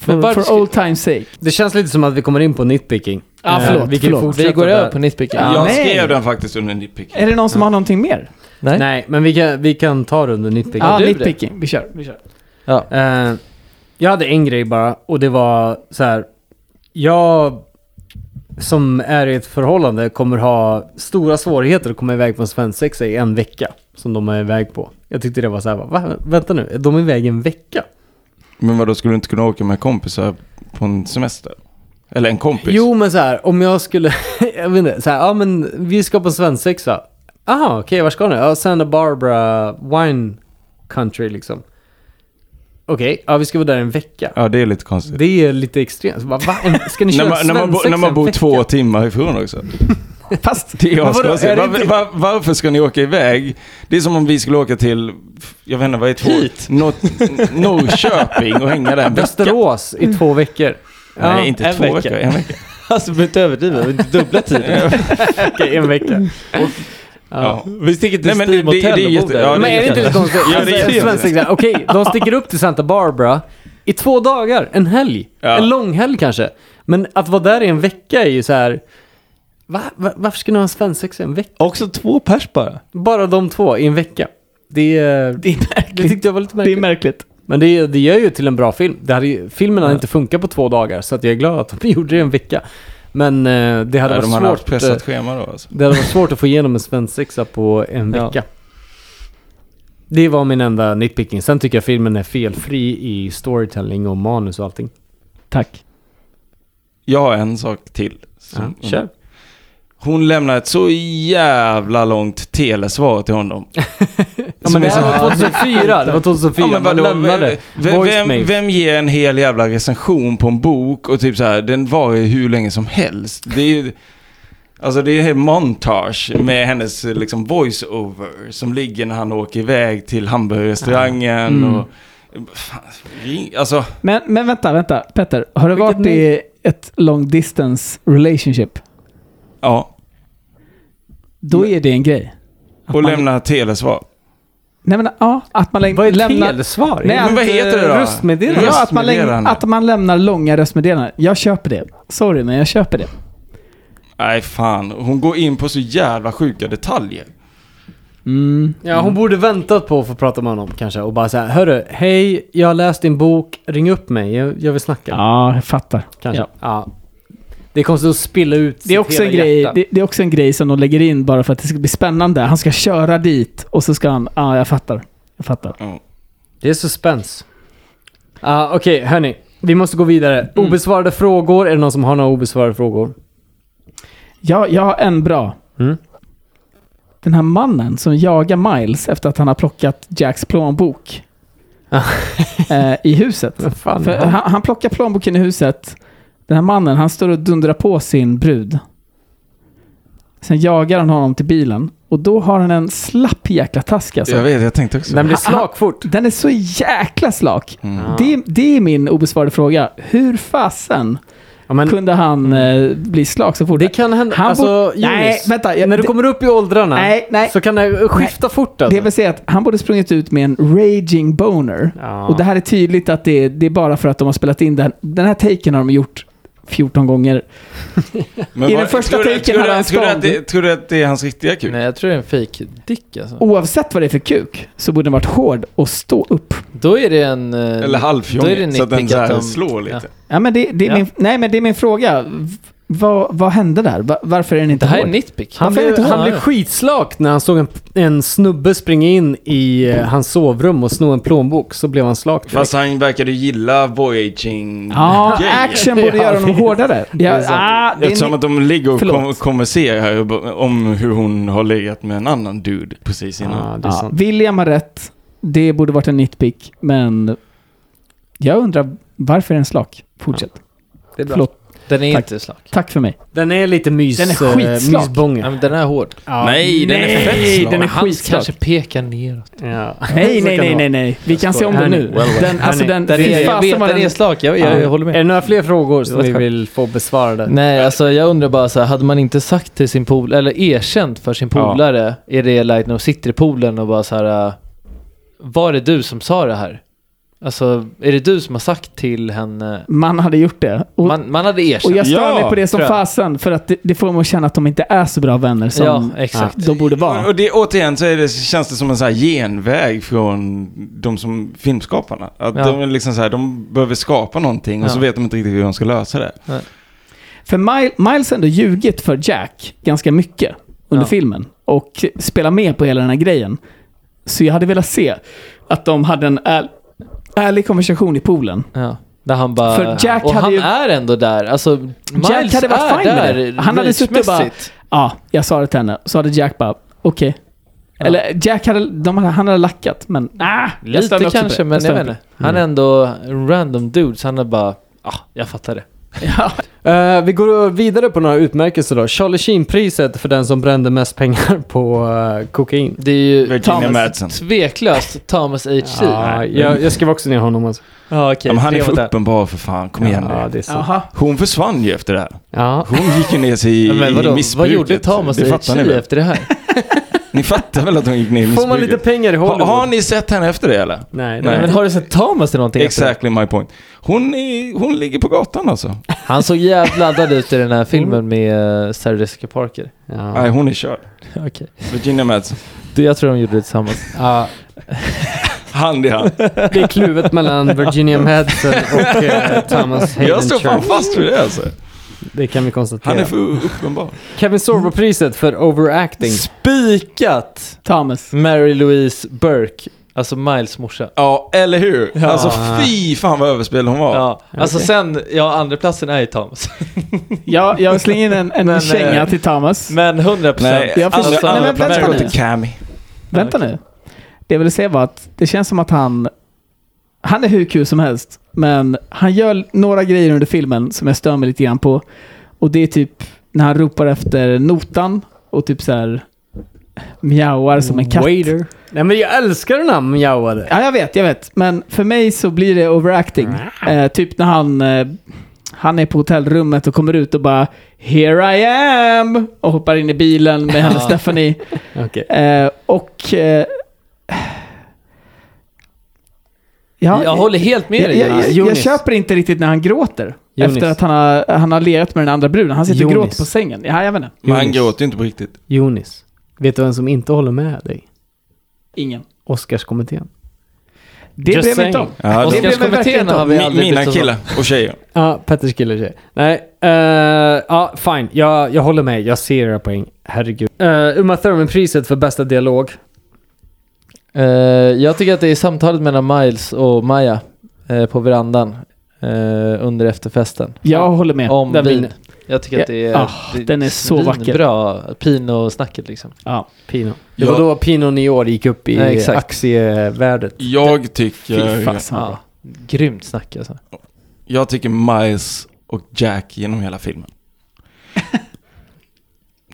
S1: Men
S4: For,
S1: varför
S4: for
S1: ska-
S4: old time's sake.
S1: Det känns lite som att vi kommer in på nitpicking.
S4: Ja,
S1: Eh,
S4: förlåt,
S1: vi kan ju
S4: förlåt.
S1: fortsätta
S4: Vi går över
S1: där.
S4: på nitpicking.
S5: Jag skrev den faktiskt under nitpick.
S4: Är det någon som har någonting mer?
S1: Nej. Nej, men vi kan, vi kan ta det under nitpicking.
S4: Ja, nitpicking. Vi kör. Vi kör.
S7: Ja.
S1: Eh, jag hade en grej bara och det var så här. Jag som är i ett förhållande kommer ha stora svårigheter att komma iväg på en svensexa i en vecka. Som de är iväg på. Jag tyckte det var så här, bara, va? Vänta nu, de är iväg en vecka?
S5: Men vadå, skulle du inte kunna åka med kompisar på en semester? Eller en kompis?
S1: Jo men så här, om jag skulle, jag vet inte, så här, ja men vi ska på en svensexa. Aha, okej, var ska ni? Ja, Santa Barbara Wine Country liksom. Okej, ja vi ska vara där en vecka.
S5: Ja, det är lite konstigt.
S1: Det är lite extremt. Så Bara, va? En- Ska ni
S5: när
S1: köra
S5: man, när man, bo,
S1: svensexa
S5: när man
S1: en
S5: bor
S1: vecka?
S5: två timmar ifrån också.
S4: Fast
S5: det är
S1: Men vadå,
S5: askonstigt.
S1: är det
S5: Varför-
S1: inte-
S5: var, varför ska ni åka iväg? Det är som om vi skulle åka till, jag vet inte vad är två? Hit? Norrköping och hänga där en vecka.
S1: Västerås i två veckor.
S5: Nej, inte två veckor, en vecka.
S7: Alltså, vi behöver inte överdriva, vi inte dubbla tiden.
S1: Okej, en vecka.
S5: Ja.
S7: Vi sticker till
S5: Nej, men det-
S7: Steam
S5: det- det är
S7: Hotel och bor
S5: jätte- ja,
S7: där.
S1: men är det inte lite konstigt?
S5: Ja, det är
S1: Alltså, en
S5: jätte-
S1: svensk examen. Okej, de sticker upp till Santa Barbara i två dagar, en helg. En lång helg kanske. Men att vara där i en vecka är ju så här. Va, va, varför ska ni ha en svensexa i en vecka?
S6: Också två pers bara.
S1: Bara de två i en vecka. Det, är- det tyckte jag var lite märkligt.
S4: Det är märkligt.
S1: Men det, det gör ju till en bra film. Det hade, ju- filmen hade inte funkat på två dagar, så att jag är glad att de gjorde det i en vecka. Men eh, det hade
S5: Ja,
S1: varit
S5: de hade haft
S1: svårt.
S5: pressat
S1: eh,
S5: schema då alltså.
S1: Det hade varit svårt att få igenom en svensexa på en
S5: Ja.
S1: vecka. Det var min enda nitpicking. Sen tycker jag filmen är felfri i storytelling och manus och allting.
S4: Tack.
S5: Jag har en sak till. som-
S1: Ja, kör.
S5: Hon lämnar ett så jävla långt telesvar till honom. Som
S1: men
S5: är
S1: det här var 2004, det var 2004, man
S5: vadå,
S1: lämnade
S5: Vem,
S1: voicemail.
S5: vem, vem ger en hel jävla recension på en bok och typ så här, den varar ju hur länge som helst. Det är ju... Alltså det är en hel montage med hennes eh, liksom voice-over som ligger när han åker iväg till hamburgerrestaurangen
S4: Mm.
S5: och... Fan, ring- alltså...
S4: Men, men vänta, vänta. Petter, har du varit i ett long distance relationship?
S5: Ja.
S4: Då är det en grej. Att
S5: Och
S4: man-
S5: lämna telesvar.
S4: Nej men ja, att man läm-
S1: Vad är
S4: lämnar...
S1: telesvar?
S4: Nej,
S5: Men
S4: att,
S5: vad heter det
S4: eh,
S5: då?
S4: Röstmeddelande. Ja, att man, läm-
S5: Röstmeddelande.
S4: att man lämnar långa röstmeddelanden. Jag köper det. Sorry, men jag köper det.
S5: Nej fan, hon går in på så jävla sjuka detaljer.
S4: Mm,
S1: Ja, hon borde väntat på att få prata med honom kanske och bara säga Hörru, hej, jag har läst din bok, ring upp mig, jag, jag vill snacka.
S4: Ja, jag fattar.
S1: Kanske.
S4: Ja.
S1: Ja. Det är konstigt att spilla ut
S4: Det är, också en grej, det, det är också en grej som de lägger in bara för att det ska bli spännande. Han ska köra dit och så ska han... Ja, jag fattar. Jag fattar.
S1: Det är suspens. Ah, Okej, hörni. Vi måste gå vidare. Obesvarade frågor. Är det någon som har några obesvarade frågor?
S4: Ja, jag har en bra.
S1: Mm.
S4: Den här mannen som jagar Miles efter att han har plockat Jacks plånbok eh, i huset.
S1: Ah. fan
S4: För
S1: är det?
S4: han, han plockar plånboken i huset. Den här mannen, han står och dundrar på sin brud. Sen jagar han honom till bilen. Och då har han en slapp jäkla task alltså.
S5: Jag vet, jag tänkte också.
S1: Den blir
S4: Han- han-
S1: slakfort.
S4: Den är så jäkla slak.
S5: Mm.
S4: Det, det är min obesvarade fråga. Hur fasen
S1: Ja, men- Mm.
S4: kunde han eh, bli slak så fort?
S1: Det kan hända.
S4: Han
S1: alltså,
S4: bor-
S1: Jonas,
S4: Nej, vänta, jag-
S1: när du
S4: det-
S1: kommer upp i åldrarna
S4: Nej, nej.
S1: så kan det skifta fort. Alltså.
S4: Det vill säga att han borde sprungit ut med en raging boner.
S1: Ja.
S4: Och det här är tydligt att det är, det är bara för att de har spelat in den. Den här taken har de gjort 14 gånger. I den första
S5: tror du-
S4: taken
S5: tror du-
S4: hade han
S5: tror du att
S4: stånd.
S5: det- Tror du att det är hans riktiga kuk?
S7: Nej, jag tror det är en fake dick alltså.
S4: Oavsett vad det är för kuk så borde den varit hård och stå upp.
S7: Då är det en... eh,
S5: Eller
S7: då är det
S5: halvfjongig,
S7: en
S5: så att den
S7: nitpick
S5: så här
S7: de-
S5: slår lite.
S7: Ja.
S4: Ja, men det, det är
S7: Ja.
S4: min, nej, men det är min fråga. V- Vad, vad hände där? Va- Varför är den inte
S7: Det här är
S4: hård?
S7: nitpick.
S1: Han, blev, han blev skitslak när han såg en, en snubbe springa in i eh, hans sovrum och sno en plånbok. Så blev han slak direkt.
S5: Fast han verkade ju gilla voyaging
S4: Ja, action borde göra honom hårdare. Ja, ah, det är
S5: Eftersom
S4: ni-
S5: att de ligger och
S4: Förlåt.
S5: kom, konverserar ob- om hur hon har legat med en annan dude precis innan.
S4: Ja, William har rätt. Det borde varit en nitpick, men jag undrar varför är den slak? Fortsätt.
S7: Det är bra.
S4: Förlåt.
S7: Den är
S4: Tack.
S7: inte slak.
S4: Tack för mig.
S1: Den är lite mys...
S4: Den är skitslak.
S1: eh, mysbånge.
S7: Ja, men den är hård.
S1: Ja.
S5: Nej, den är fett slak.
S4: Den är
S7: Han
S4: skitslak.
S7: kanske pekar neråt.
S1: Ja.
S4: Nej,
S1: Så
S4: nej,
S1: kan det
S4: nej,
S1: vara.
S4: nej, nej. Vi kan se om den
S1: Hörni,
S4: nu.
S1: well, well.
S4: Den, alltså
S1: Hörni,
S4: den,
S7: Den
S4: fy
S7: är, jag
S4: fasen
S7: vet,
S4: vad
S7: den är slak. Jag, jag,
S1: Ja.
S7: jag håller
S1: Är
S7: med.
S1: det några fler frågor som
S7: Det var
S1: vi
S7: skönt.
S1: vill få besvarade?
S7: Nej, alltså jag undrar bara så här, hade man inte sagt till sin polare, eller erkänt för sin polare, är det like när de sitter i poolen och bara så här, äh, var det du som sa det här? Alltså, är det du som har sagt till henne?
S4: Man hade gjort det. Och,
S7: Man, man hade
S4: och
S7: erkänt.
S4: jag stör
S5: Ja,
S4: mig på det som
S7: tror jag.
S4: fasen, för att det, det får mig att känna att de inte är så bra vänner som
S7: Ja, exakt.
S4: de borde vara.
S5: Och det, återigen så är det, känns det som en så här genväg från de som filmskaparna. Att
S7: Ja.
S5: de, är liksom så här, de behöver skapa någonting och så
S7: Ja.
S5: vet de inte riktigt hur de ska lösa det.
S4: För Mil- Miles har ändå ljugit för Jack ganska mycket under
S7: Ja.
S4: filmen och spelat med på hela den här grejen. Så jag hade velat se att de hade en äl- ärlig konversation i poolen.
S7: Ja. Där han bara...
S4: För Jack
S7: och
S4: hade
S7: han
S4: ju-
S7: är ändå där. Alltså, Miles
S4: Jack hade varit
S7: är
S4: fine
S7: där
S4: med det. Han hade suttit och bara, ja,
S7: ragemässigt.
S4: jag sa det till henne. Så hade Jack bara, okej. Eller Jack hade, de hade, han hade lackat, men ah, jag stör mig också
S7: Lite
S4: på
S7: kanske,
S4: det.
S7: men
S4: stör
S7: jag Mm.
S4: mig
S7: vet
S4: på
S7: inte. Han är ändå en random dude, så han är bara... Ja, jag fattar det.
S1: Eh, vi går vidare på några utmärkelser då. Charlie Sheen-priset för den som brände mest pengar på eh, kokain.
S7: Det är ju
S5: Virginia
S4: Thomas-
S5: Madsen.
S7: tveklöst Thomas H. C.
S1: Ja, jag, jag skrev också ner honom alltså.
S7: Ja, okej.
S5: Ja, men han är
S7: tre
S5: för
S7: mot en.
S5: uppenbar för fan, kom igen
S1: Ja,
S5: nu.
S1: det är sant.
S4: Jaha.
S5: Hon försvann ju efter det här.
S1: Ja.
S5: Hon gick ju ner sig i,
S7: Ja, Men
S5: i
S7: vadå,
S5: missbruket.
S7: vad gjorde Thomas
S5: det
S7: H.
S5: fattar
S7: C.
S5: ni väl?
S7: efter det här?
S5: Ni fattar väl att hon gick ner i missbruket?
S1: Får man lite pengar i
S5: har,
S1: Hollywood?
S5: har ni sett henne efter det eller?
S1: Nej,
S5: Nej.
S1: nej.
S7: Men har du sett Thomas till någonting? efter
S5: Exactly my point. Hon, är, hon ligger på gatan alltså.
S7: det? Han såg jävligt laddad ut i den här
S5: Mm.
S7: filmen med eh, Sarah Jessica Parker.
S1: Ja.
S5: Nej, hon är körd.
S7: Okej.
S5: Virginia Madsen.
S7: Du, jag tror de gjorde det tillsammans.
S1: Ja,
S5: Hand i hand.
S1: det är kluvet mellan Virginia Madsen och eh, Thomas Hayden
S5: Jag står fan
S1: Church.
S5: fast vid det alltså.
S1: Det kan vi konstatera.
S5: Han är för uppenbar.
S1: Kevin Sorbo-priset för overacting.
S7: Spikat!
S4: Thomas.
S7: Mary Louise Burke, alltså Miles morsa.
S5: Ja, eller hur? Alltså fy fan vad överspelad hon var.
S7: Ja, alltså sen, ja andra platsen är ju Thomas.
S4: Jag, jag slänger in en, en
S7: Men,
S4: känga
S7: eh,
S4: till Thomas.
S7: Men 100%
S5: Nej, alltså,
S4: Jag förstår-
S5: andra,
S4: Nej, men
S5: andra platsen
S4: vänta
S5: går
S4: nu.
S5: till Cammy.
S4: Vänta nu. Det jag ville säga var att det känns som att han... Han är hur kul som helst, men han gör några grejer under filmen som jag stör mig lite grann på. Och det är typ när han ropar efter notan och typ så här mjauar som en katt.
S1: Waiter. Nej men jag älskar den här mjauade.
S4: Ja, jag vet, jag vet. Men för mig så blir det overacting.
S7: Ah.
S4: Eh, typ när han, eh, han är på hotellrummet och kommer ut och bara “Here I am!” och hoppar in i bilen med henne Stephanie.
S1: Okej.
S4: Eh, och... Eh, ja,
S7: Jag håller helt med
S4: jag,
S7: dig.
S4: jag, jag,
S7: Jonas.
S4: jag köper inte riktigt när han gråter.
S1: Jonas.
S4: Efter att han har, han har legat med den andra bruden. Han sitter och
S1: Jonas.
S4: gråter på sängen. Ja, jag vet inte.
S5: Men han
S1: Jonas.
S5: gråter ju inte på riktigt.
S1: Jonis, vet du vem som inte håller med dig?
S4: Ingen.
S1: Oscarskommittén.
S4: Det
S1: Just
S4: bryr mig inte om.
S1: saying.
S5: Ja,
S4: det
S5: de,
S4: blev väl verkligen
S7: Oscarskommittén har vi
S5: mi,
S7: aldrig
S5: mina
S7: brytt oss om.
S5: killar och tjejer.
S1: Ja, Petters kille tjej. Nej, eh, ja fine. Jag, jag håller med. Jag ser era poäng. Herregud. Uh, Uma Thurman-priset för bästa dialog.
S7: Eh, jag tycker att det är samtalet mellan Miles och Maja eh, på verandan eh, under efterfesten.
S4: Jag håller med.
S7: Om
S1: den
S7: vin.
S1: vinner.
S7: Jag tycker att det är...
S4: Ja, ah, den är så vacker.
S7: Bra Pino-snacket liksom.
S4: Ja.
S1: Pino. Det
S5: Ja.
S1: var då Pino Nior gick upp i
S7: Ja, exakt.
S1: aktievärdet.
S5: Jag
S4: Fy
S5: tycker,
S4: fasen.
S7: Ja, grymt snack alltså.
S5: jag tycker Miles och Jack genom hela filmen.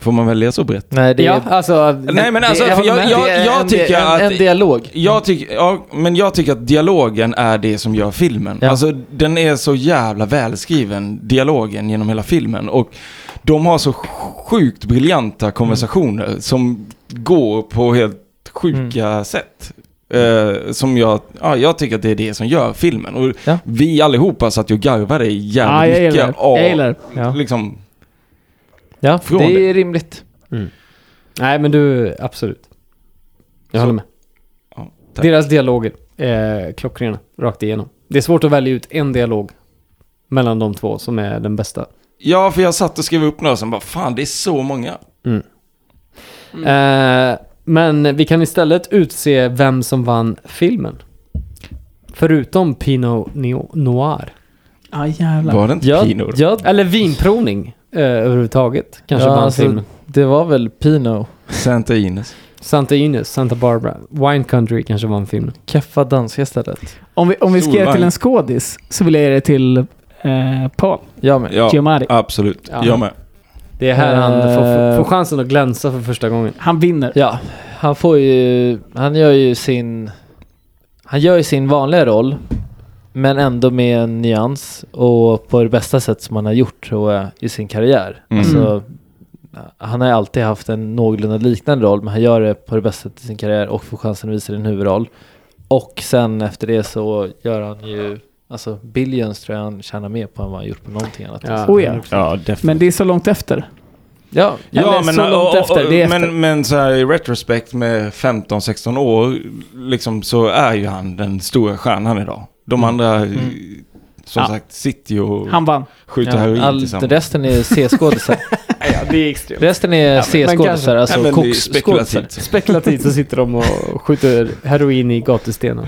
S5: Får man välja så brett?
S7: Nej, det
S1: Ja,
S7: är...
S1: alltså...
S5: Nej men alltså,
S7: det är-
S5: för jag,
S7: håller med.
S5: jag,
S7: Det är
S5: jag,
S7: en-
S5: tycker
S7: en,
S5: att...
S7: En dialog.
S5: Jag tycker, ja, men jag tycker att dialogen är det som gör filmen.
S7: Ja.
S5: Alltså den är så jävla välskriven, dialogen genom hela filmen. Och de har så sjukt
S4: Mm.
S5: briljanta konversationer som går på helt sjuka
S4: Mm.
S5: sätt. Eh, som jag, ja, jag tycker att det är det som gör filmen. Och
S7: Ja.
S5: vi allihopa satt ju och garvade
S4: Ja,
S5: jävligt
S4: jag gillar
S5: mycket
S4: det. Jag gillar
S5: av,
S4: det.
S7: Ja.
S5: liksom,
S7: Ja,
S5: Från
S7: det är rimligt.
S1: Nej men du, absolut. Jag
S5: Så-
S1: håller med.
S5: ja, tack.
S1: Deras eh, dialoger är klockrena, rakt igenom. Det är svårt att välja ut en dialog mellan de två som är den bästa.
S5: Ja, för jag satt och skrev upp några som bara, fan det är så många.
S1: Mm. Eh, men vi kan istället utse vem som vann filmen. Förutom Pinot Nio- Noir.
S4: Ja, jävlar.
S5: Var det inte
S1: jag,
S5: Pinot då?
S1: Jag, eller vinprovning eh, överhuvudtaget. Kanske
S7: Ja,
S1: vann
S7: alltså,
S1: filmen.
S7: Det var väl Pino.
S5: Santa Ines.
S1: Santa Ines, Santa Barbara, Wine Country kanske vann filmen.
S7: Keffa danska stället.
S4: Om vi, om vi ska ge det till
S5: Solvagn.
S4: en skådis så vill jag ge det till eh, Paul
S7: Jag med.
S5: Ja,
S4: Giamatti.
S5: absolut.
S1: Ja.
S5: Jag med.
S1: Det är här han
S7: Eh.
S1: får, får chansen att glänsa för första gången.
S4: Han vinner.
S7: Ja, han får ju, han gör ju sin, han gör ju sin vanliga roll. Men ändå med en nyans och på det bästa sätt som han har gjort tror jag i sin karriär.
S5: Mm.
S7: Alltså, han har ju alltid haft en någorlunda liknande roll men han gör det på det bästa sättet i sin karriär och får chansen att visa det i en huvudroll. Och sen efter det så gör han ju, alltså Billions tror jag han tjänar mer på än vad han gjort på någonting annat.
S1: Ja.
S4: Oh, ja.
S5: Ja, definitivt.
S4: Men det är så långt efter.
S7: Ja,
S5: Ja,
S4: Eller
S5: men,
S4: så
S5: och-
S4: långt
S5: och-
S4: efter, det är efter.
S5: men, men så här i retrospekt med 15-16 år liksom, så är ju han den stora stjärnan idag. De andra, som
S4: Mm. Ja.
S5: sagt, sitter ju och
S4: Han vann.
S5: skjuter heroin
S7: Ja, all,
S5: tillsammans.
S7: resten är C-skådisar.
S1: Ja, det är extremt.
S7: Resten är C-skådisar, alltså
S5: Nej, men det är
S7: koksskådisar.
S5: spekulativt.
S1: Spekulativt så sitter de och skjuter heroin i gatustenen.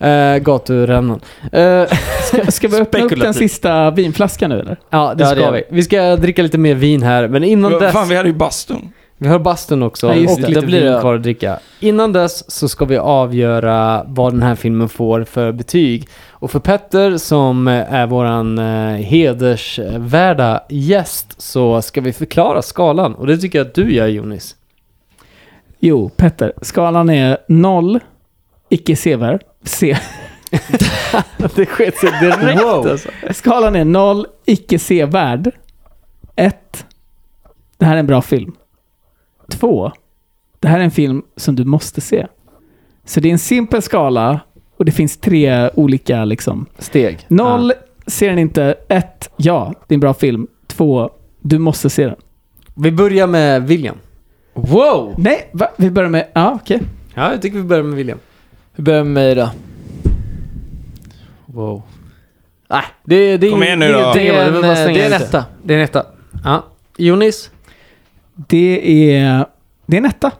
S5: Ja.
S1: Eh, gaturännan. Eh,
S4: Ska, ska vi öppna upp den
S1: Spekulativt.
S4: sista vinflaskan nu eller?
S1: ja, det
S7: Ja, det
S1: ska
S7: gör
S1: vi.
S7: vi.
S1: Vi ska dricka lite mer vin här, men innan
S5: Ja,
S1: dess...
S5: Fan, vi hade ju bastun.
S1: Vi har bastun också
S4: Ja, just
S1: och
S4: det.
S1: lite
S7: Då blir
S1: vin
S7: det-
S1: kvar att dricka. Innan dess så ska vi avgöra vad den här filmen får för betyg. Och för Petter som eh, är våran eh, hedersvärda gäst så ska vi förklara skalan och det tycker jag att du gör Jonis.
S4: Jo, Petter. Skalan är noll, icke sevärd. Se.
S1: Det sket sig direkt alltså.
S4: Skalan är noll, icke sevärd. Ett, Det här är en bra film. Två, Det här är en film som du måste se. Så det är en simpel skala och det finns tre olika liksom.
S7: Steg.
S4: Noll, ser den inte. Ett, Ja, det är en bra film. Två, Du måste se den.
S1: Vi börjar med William.
S7: Wow!
S4: Nej, va? vi börjar med... Ja, okej.
S1: Ja, jag tycker vi börjar med William.
S7: Hur börjar med mig då? Wow.
S1: Nej, det, det är
S5: Kom igen nu
S1: det är
S5: då.
S1: tre,
S7: Det är
S1: jag vill bara
S7: en,
S1: slänga
S7: det är en
S1: ut
S7: etta.
S1: Det är en etta. Ja. Jonis?
S4: Det är... Det är en etta.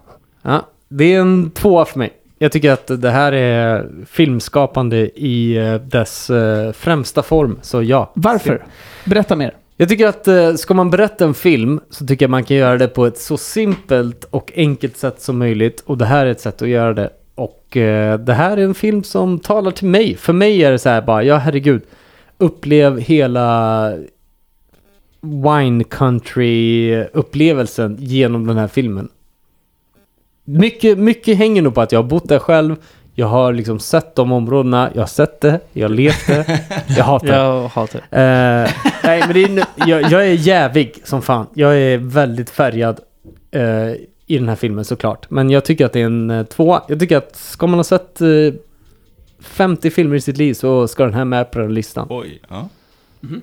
S1: Ja, det är en tvåa för mig. Jag tycker att det här är filmskapande i eh, dess eh, främsta form, så ja.
S4: Varför? Berätta mer.
S1: Jag tycker att eh, ska man berätta en film så tycker jag man kan göra det på ett så simpelt och enkelt sätt som möjligt. Och det här är ett sätt att göra det. Och eh, det här är en film som talar till mig. För mig är det så här bara, ja herregud. Upplev hela wine country-upplevelsen genom den här filmen. Mycket, mycket hänger nog på att jag har bott där själv. Jag har liksom sett de områdena, jag har sett det, jag har levt det, jag hatar det.
S7: Jag hatar det.
S1: Eh, nej, men det är, nu- jag, jag är jävig som fan. Jag är väldigt färgad eh, i den här filmen såklart. Men jag tycker att det är en eh, tvåa. Jag tycker att ska man ha sett eh, 50 filmer i sitt liv så ska den här med på den listan.
S5: Oj, ja. Mhm.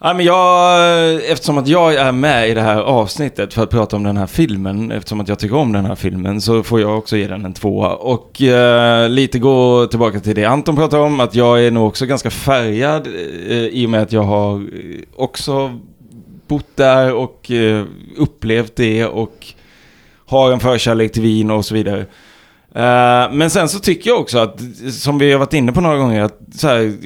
S5: Ja, men jag, eftersom att jag är med i det här avsnittet för att prata om den här filmen, eftersom att jag tycker om den här filmen, så får jag också ge den en tvåa. Och eh, lite gå tillbaka till det Anton pratade om, att jag är nog också ganska färgad eh, i och med att jag har eh, också bott där och eh, upplevt det och har en förkärlek till vin och så vidare. Eh, men sen så tycker jag också att, som vi har varit inne på några gånger, att så här,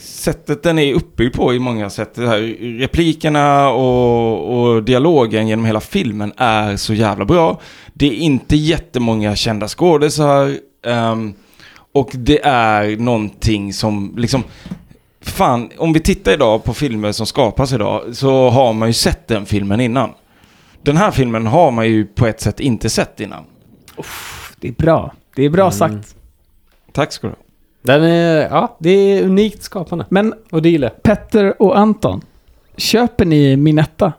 S5: sättet den är uppbyggd på i många sätt, det här, replikerna och, och dialogen genom hela filmen är så jävla bra. Det är inte jättemånga kända skådisar ehm, och det är någonting som liksom Fan, om vi tittar idag på filmer som skapas idag så har man ju sett den filmen innan. Den här filmen har man ju på ett sätt inte sett innan.
S4: Det är bra. Det är bra sagt.
S5: Tack ska du ha.
S1: Den är, ja, det är unikt skapande.
S4: Men
S1: Och det gillar jag.
S4: Petter och Anton, köper ni min etta?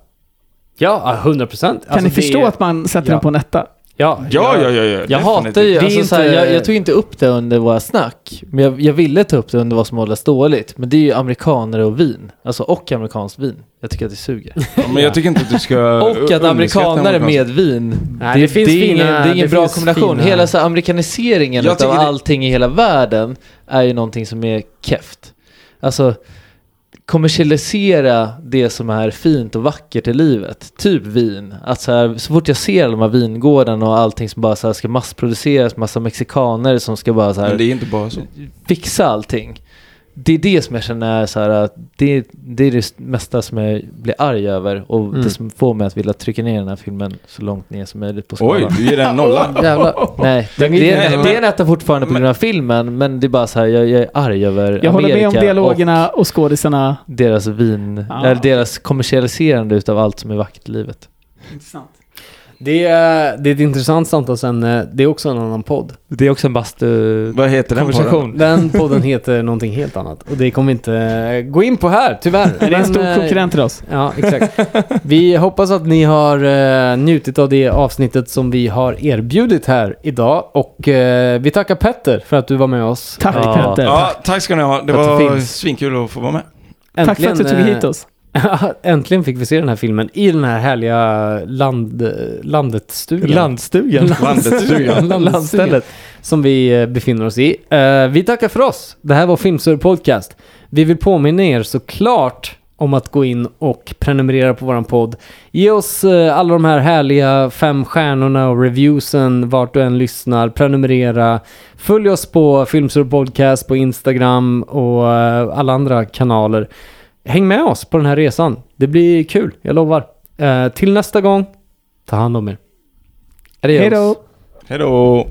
S1: Ja, 100 procent.
S4: Kan ni förstå att man sätter
S1: Alltså, ja.
S4: den på en etta?
S1: Ja,
S5: Ja, ja, ja, ja.
S7: Jag hatar ju, alltså, så här, jag, jag tog inte upp det under våra snack. Men jag, jag ville ta upp det under vad som hållas dåligt. Men det är ju amerikanare och vin. Alltså och amerikanskt vin. Jag tycker att det suger.
S5: Ja, Men jag tycker inte att du ska
S7: Och att
S5: underskatta
S7: amerikanare
S5: amerikanska.
S7: med vin.
S1: Nej, det finns
S7: är ingen,
S1: fina-
S7: det är ingen
S1: det
S7: bra
S1: finns
S7: kombination.
S1: fina-
S7: Hela så här, amerikaniseringen
S5: Jag
S7: utav
S5: tycker det-
S7: allting i hela världen är ju någonting som är keft. Alltså, kommersialisera det som är fint och vackert i livet. Typ vin. Att så, här, så fort jag ser alla de här vingårdarna och allting som bara så här ska massproduceras, massa mexikaner som ska bara så här
S5: Men det är inte bara så.
S7: fixa allting. Det är det som jag känner är så här att det, det är det mesta som jag blir arg över och
S5: Mm.
S7: det som får mig att vilja trycka ner den här filmen så långt ner som möjligt på
S5: Oj,
S7: skalan.
S5: du ger den nolla.
S7: Jävlar. Nej, det,
S5: Den är-
S7: det, är,
S5: Nej,
S7: en-
S5: men-
S7: det är en etta fortfarande på grund av filmen men det är bara så här, jag, jag är arg över
S4: Jag håller med om Ah.
S7: Amerika och
S4: dialogerna och, skådisarna.
S7: deras vin,
S4: Ja.
S7: eller deras kommersialiserande utav allt som är vackert i livet.
S4: Intressant.
S1: Det är, det är ett intressant samtalsämne. Det är också en annan podd.
S7: Det är också en bastu...
S5: Vad heter den podden?
S1: Den podden heter någonting helt annat. Och det kommer vi inte eh, gå in på här, tyvärr.
S4: Det är en stor
S1: eh,
S4: konkurrent till oss.
S1: Ja, exakt. Vi hoppas att ni har eh, njutit av det avsnittet som vi har erbjudit här idag. Och eh, vi tackar Petter för att du var med oss.
S4: Tack,
S1: Ja.
S4: Petter.
S5: Ja, tack ska ni ha. Det
S1: För att det
S5: var
S1: finns.
S5: svinkul att få vara med.
S4: Tack för att du tog
S1: eh,
S4: hit oss.
S1: Äntligen fick vi se den här filmen i den här härliga land, landet-stugan.
S7: Landstugan.
S5: Landstugan.
S1: Landstället. Som vi eh, befinner oss i. Eh, vi tackar för oss. Det här var Filmsur Podcast. Vi vill påminna er såklart om att gå in och prenumerera på våran podd. Ge oss eh, alla de här härliga fem stjärnorna och reviewsen vart du än lyssnar. Prenumerera. Följ oss på Filmsur Podcast på Instagram och eh, alla andra kanaler. Häng med oss på den här resan. Det blir kul, jag lovar. Eh, till nästa gång, ta hand om er. Adios.
S4: Hej då.
S5: Hej då.